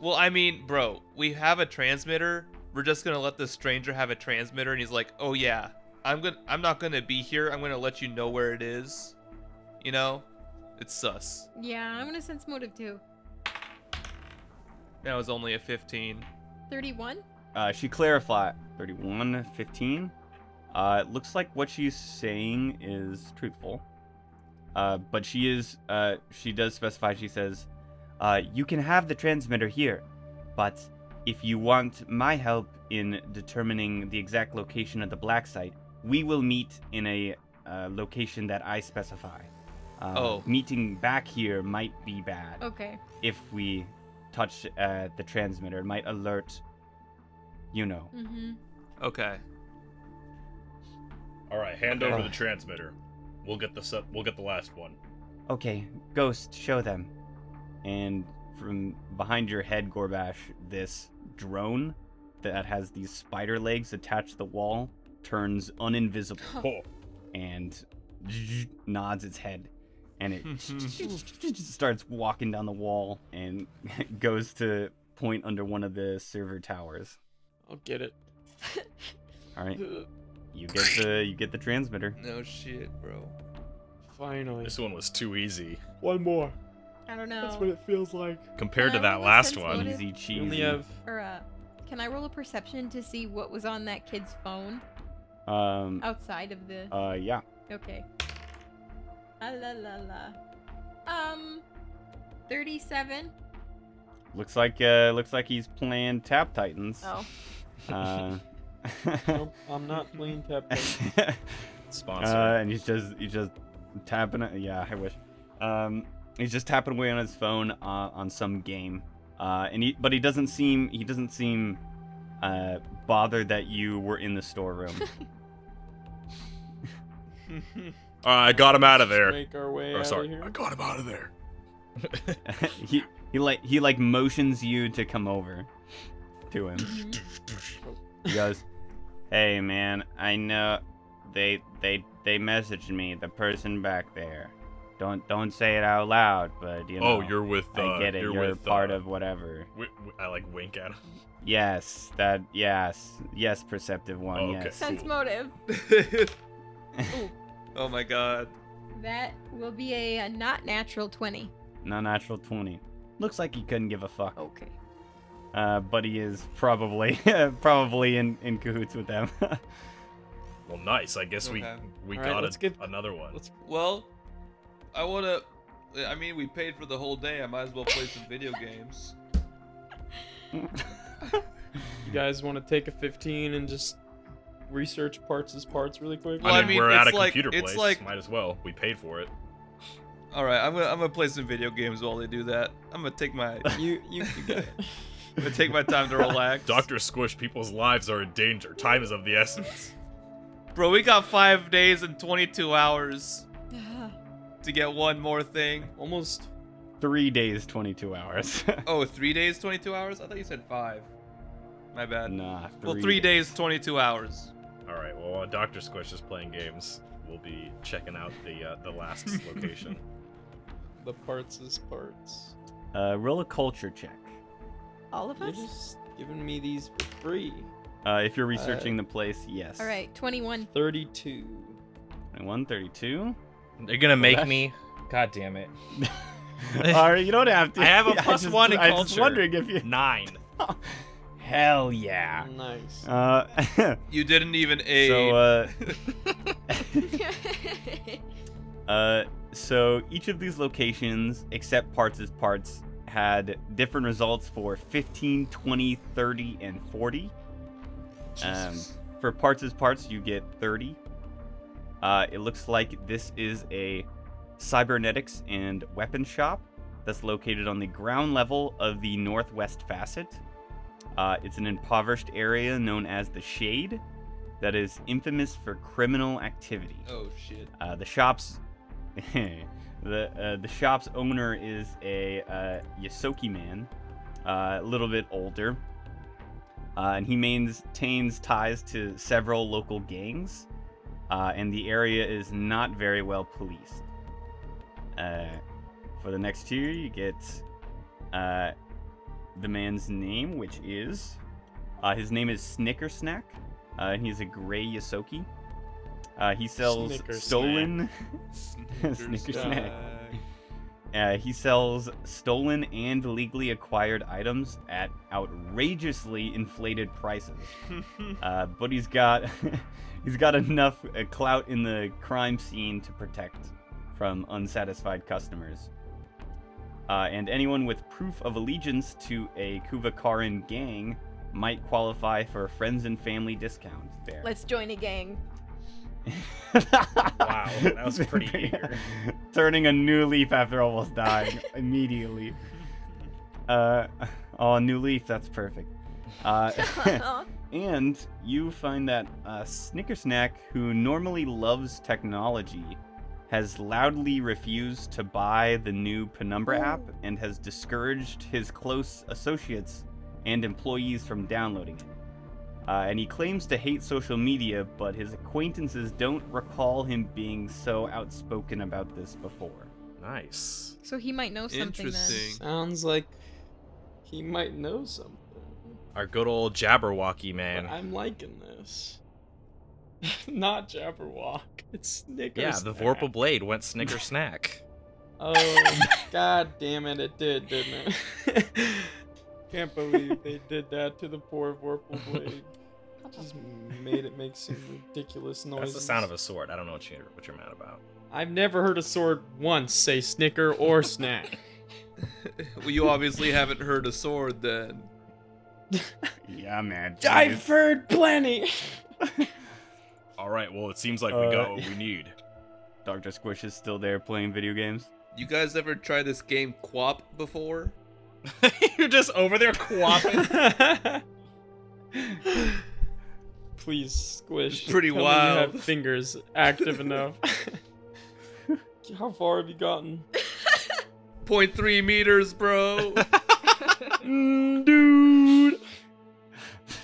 Well, I mean, bro, we have a transmitter. We're just gonna let the stranger have a transmitter, and he's like, "Oh yeah, I'm gonna, I'm not gonna be here. I'm gonna let you know where it is." You know, it's sus.
yeah, I'm gonna sense motive too.
That was only a 15.
31?
Uh, she clarified 31, 15. Uh, it looks like what she's saying is truthful. Uh, but she is, uh, she does specify, she says, uh, you can have the transmitter here, but if you want my help in determining the exact location of the black site, we will meet in a uh, location that I specify. Uh,
Oh.
Meeting back here might be bad
Okay.
if we touch uh, the transmitter. It might alert, you know.
Mm-hmm.
Okay.
All right, hand over
Okay.
the transmitter. We'll get the se- we'll get the last one.
Okay, Ghost, show them. And from behind your head, Gorbash, this drone that has these spider legs attached to the wall turns uninvisible
Oh,
and nods its head. And it starts walking down the wall and goes to point under one of the server towers.
I'll get it.
All right, you get the you get the transmitter.
No shit, bro.
Finally,
this one was too easy
one more.
I don't know.
That's what it feels like.
compared to
I
Uh, that
rolled a
last
sense
one.
motive.
Easy
We
cheesy.
only have
Or, uh, can I roll a perception to see what was on that kid's phone
um.
outside of the.
Uh. Yeah.
Okay. Ah, la la la. Um, 37.
Looks like uh, looks like he's playing Tap Titans.
Oh.
Uh,
Nope, I'm not playing Captain.
Sponsor.
uh, and he's just he's just tapping. It. Yeah, I wish. Um, he's just tapping away on his phone uh, on some game. Uh, and he but he doesn't seem he doesn't seem uh, bothered that you were in the storeroom.
All right, I got him out of
Just
there.
Make our way
Oh,
out
sorry.
of
I
here.
got him out of there.
he he like he like motions you to come over to him.
Mhm.
He goes, "Hey man, I know they they they messaged me, the person back there. Don't don't say it out loud, but you know.
Oh, you're with uh,
I get it.
You're,
You're,
with
part
uh,
of whatever.
wi- wi- I like wink at him.
Yes, that yes, yes, perceptive one.
Oh, okay.
Yes.
Sense
Cool.
motive. Ooh,
oh my god.
that will be a, a not natural 20.
Non natural 20. Looks like he couldn't give a fuck.
Okay.
Uh, but he is probably probably in in cahoots with them.
Well, nice. I guess
Okay.
we we
All right,
got
let's
a-
get-
another one.
Let's
Well, I wanna. I mean, we paid for the whole day. I might as well play some video games.
You guys want to take a 15 and just research parts as parts really quick?
Well,
I,
I
mean,
mean,
we're at a
it's like-
computer
it's
place.
like-
Might as well. We paid for it.
All right, I'm gonna I'm gonna play some video games while they do that. I'm gonna take my I'm
you you, you got it.
gonna take my time to relax.
Doctor Squish, people's lives are in danger. Time is of the essence.
Bro, we got five days and 22 hours
Ah,
to get one more thing.
almost
Three days, 22 hours.
Oh, three days, 22 hours? I thought you said five. My bad.
nah.
well, three days, 22 hours.
All right. Well, uh, Doctor Squish is playing games.
we'll be checking out the uh, the last location.
The parts is parts.
Uh, roll a culture check.
All of
You're
us?
just giving me these for free.
Uh, if you're researching the place, yes.
All right, 21.
32.
21, 32.
They're gonna make
that's-
me. God damn it.
All right, you don't have to.
I have a plus
just-
one in
I was just
culture.
wondering if you.
Nine.
Hell
Ah.
yeah.
Nice.
Um,
Uh, so
You didn't even aid.
uh, uh, so each of these locations, except parts as parts, had different results for 15, 20, 30, and 40. Um, for parts as parts, you get 30. Uh, it looks like this is a cybernetics and weapon shop that's located on the ground level of the northwest facet. Uh, it's an impoverished area known as the Shade that is infamous for criminal activity.
oh shit.
Uh, the shop's the uh, the shop's owner is a uh, Yosoki man, uh, a little bit older, uh, and he maintains ties to several local gangs, uh, and the area is not very well policed. Uh, for the next tier, you get uh, the man's name, which is uh, his name is Snickersnack, uh, and he's a gray Yosoki. Uh, he sells
Snickersnack.
stolen. Snicker snack. Uh, he sells stolen and legally acquired items at outrageously inflated prices. uh, but he's got he's got enough uh, clout in the crime scene to protect from unsatisfied customers. Uh, and anyone with proof of allegiance to a Kuvakaran gang might qualify for a friends and family discount there.
Let's join a gang.
Wow, that was pretty eager.
Turning a new leaf after almost dying immediately. Uh, oh, new leaf. That's perfect. Uh, and you find that uh, Snickersnack, who normally loves technology, has loudly refused to buy the new Penumbra app and has discouraged his close associates and employees from downloading it. Uh, and he claims to hate social media, but his acquaintances don't recall him being so outspoken about this before.
Nice.
so he might know something then.
Interesting.
Sounds like he might know something.
Our good old Jabberwocky
But
man.
I'm liking this. Not Jabberwock. It's Snickers.
Yeah, the Vorpal Blade went snicker snack.
Oh, god damn it, it did, didn't it? Can't believe they did that to the poor Vorpal Blade. Just made it make some ridiculous
That's
noises.
the sound of a sword. I don't know what you what you're mad about.
I've never heard a sword once say snicker or snack.
well, you obviously haven't heard a sword then.
Yeah, man.
I've heard plenty!
All right. Well, it seems like
Uh,
we got what we need.
Dr. Squish is still there playing video games.
You guys ever try this game Quap before?
you're just over there quapping.
Please squish.
It's pretty
Tell me
wild.
You have fingers active enough. How far have you gotten?
0.3 meters, bro.
dude.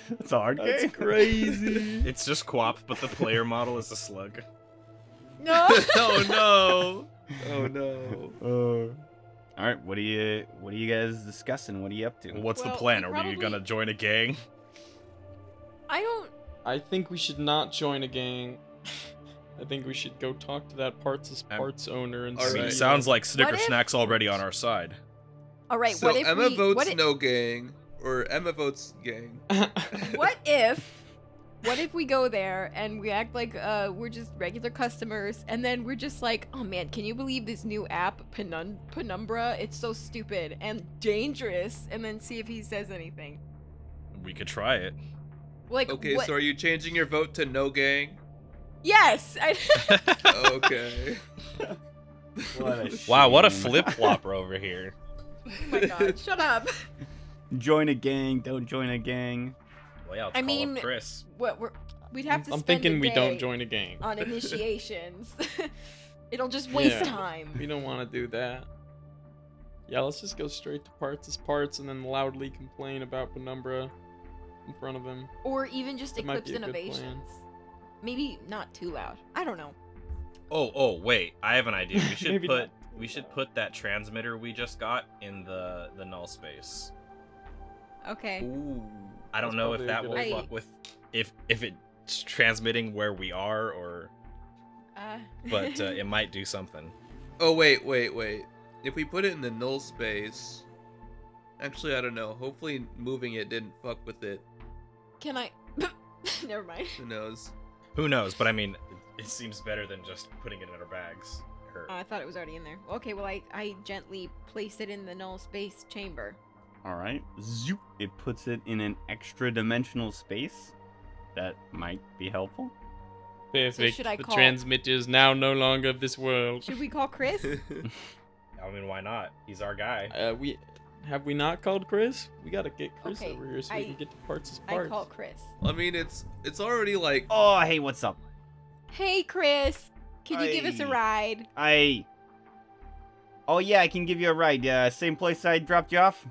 That's a hard
That's
game.
crazy.
it's
Mm-hmm.
just quap, but the player model is a slug.
No!
oh no. Oh no.
Uh, All right, what are you what are you guys discussing? What are you up to?
What's
Well,
the plan?
we
Are
probably-
we gonna join a gang?
I don't.
I think we should not join a gang. I think we should go talk to that parts as
I'm-
parts owner and
All
I mean,
see.
right.
it sounds like Snicker
if-
Snack's already on our side.
All right,
so
what if
Emma
we,
votes
what i-
no gang or Emma votes gang.
what if what if we go there and we act like uh, we're just regular customers and then we're just like oh man can you believe this new app Penum- penumbra it's so stupid and dangerous and then see if he says anything
We could try it.
like
Okay,
what
so are you changing your vote to no gang?
yes Oh I-
Oh Okay.
Wow, what a
shame.
flip flopper over here.
oh my god shut up
join a gang, don't join a gang.
Well, yeah, let's
I
call
mean-
up Chris.
what we're we'd have to
I'm
spend
thinking
a
we don't
day
join a gang.
on initiations it'll just waste
Yeah. We
time
don't want to do that. Yeah, let's just go straight to parts as parts and then loudly complain about Penumbra in front of him.
or even just
That might
eclipse
be a good plan.
innovations maybe not too loud i don't know
Oh, oh, wait. I have an idea. We should
Maybe
put we should put that transmitter we just got in the the null space.
Okay.
Ooh.
I don't
That's
know if
probably a
that
good
will
idea.
fuck with if if it's transmitting where we are or
Uh,
but uh, it might do something.
Oh wait, wait, wait. If we put it in the null space, actually I don't know. Hopefully moving it didn't fuck with it.
can I? Never mind.
Who knows?
Who knows? But I mean, it seems better than just putting it in our bags. Or,
Oh, I thought it was already in there. Okay, well I I gently placed it in the null space chamber.
All right. Zoop. It puts it in an extra dimensional space. That might be helpful.
Perfect.
should I
the
call-
transmitter is now no longer of this world.
Should we call Chris?
I mean, why not? He's our guy.
Uh, we have we not called Chris? We gotta get Chris
Okay,
over here so
I-
we can get to parts as
I
parts.
call Chris.
I mean, it's it's already like
Oh, hey, what's up?
Hey Chris, could you give us a
Hey.
ride?
I. Oh yeah, I can give you a ride. Uh, same place I dropped you off.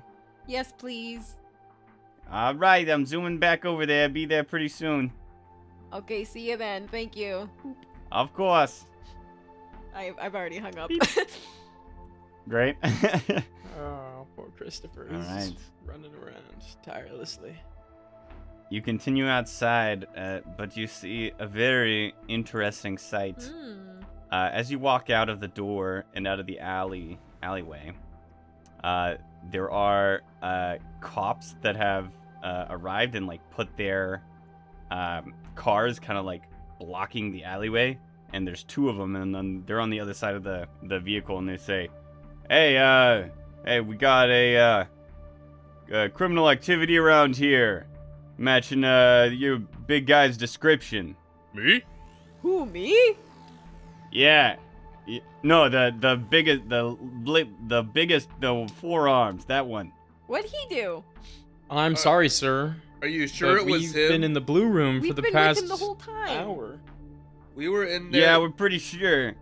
Yes, please.
All right, I'm zooming back over there. Be there pretty soon.
Okay, see you then. Thank you.
Of course.
I, I've already hung up.
Great.
Oh, poor Christopher.
All
He's just
right.
running around tirelessly.
you continue outside, uh, but you see a very interesting sight.
Hmm.
Uh, as you walk out of the door and out of the alley alleyway, uh, there are uh, cops that have uh, arrived and like put their um, cars kind of like blocking the alleyway. And there's two of them, and then they're on the other side of the the vehicle, and they say, "Hey, uh, hey, we got a uh, uh, criminal activity around here, matching uh your big guy's description."
Me?
Who me?
Yeah. Y- No, the the biggest the blip the biggest the forearms that one.
What'd he do?
I'm
Uh,
sorry, sir.
Are you sure
but
it was
we've
him?
been in the blue room
We've
for the
been
past
with him the whole time.
hour.
We were in there.
Yeah, we're pretty sure.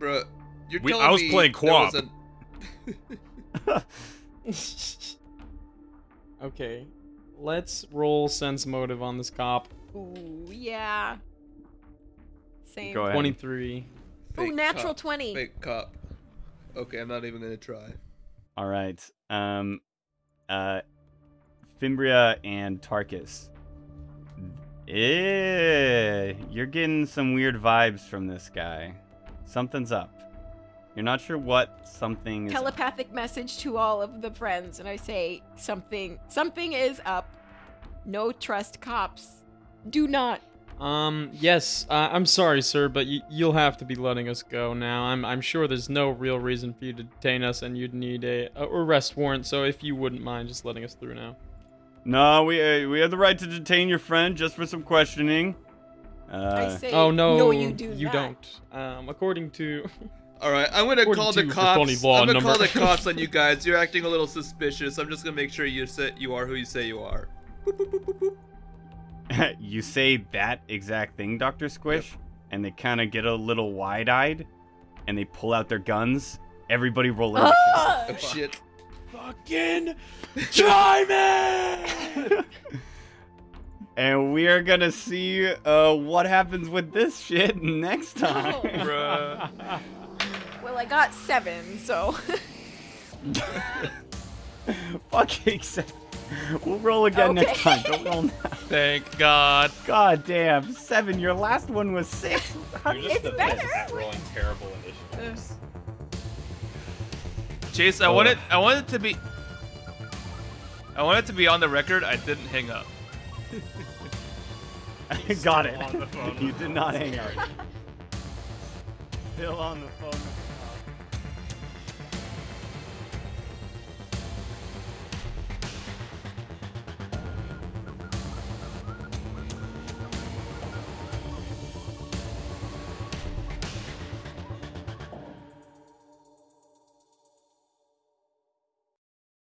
Bruh, you're
We-
telling
I was
me
playing
there was
Quap.
a-
okay, let's roll sense motive on this cop.
Ooh, yeah. Same.
Go ahead.
Twenty-three.
Ooh,
fake
natural
cop.
20.
Fake cop. Okay, I'm not even gonna try.
All right. Um, uh, Fimbria and Tarkus. Eh, you're getting some weird vibes from this guy. Something's up. You're not sure what something is.
Telepathic message to all of the friends, and I say something. Something is up. No trust cops. Do not.
Um. Yes. Uh, I'm sorry, sir, but y- you'll have to be letting us go now. I'm. I'm sure there's no real reason for you to detain us, and you'd need a, a arrest warrant. So if you wouldn't mind just letting us through now.
no, we uh, we have the right to detain your friend just for some questioning. Uh,
I say.
oh no.
No, you do.
You
not.
don't. Um. According to.
All right, I'm gonna call the
42 for
cops.
Tony Vaughn
I'm gonna call
number.
the cops on you guys. You're acting a little suspicious. I'm just gonna make sure you say you are who you say you are. Boop, boop, boop, boop, boop.
you say that exact thing, Dr. Squish, and they kind of get a little wide eyed and they pull out their guns. Everybody roll in.
Uh,
Ah!
Oh shit.
Fucking. Chime
and we are going to see uh, what happens with this shit next time.
Bruh.
Oh, Well, I got seven, so.
Fucking seven. We'll roll again next
Okay.
time. Don't roll now.
Thank God.
God damn. Seven. Your last one was six.
You're just
Uh, It's
the
better.
best at rolling terrible initiatives.
Chase, I want it. I want it to be. I want it to be on the record. I didn't hang up.
Got it.
on the phone
You
with
did not hang out. Still on the phone.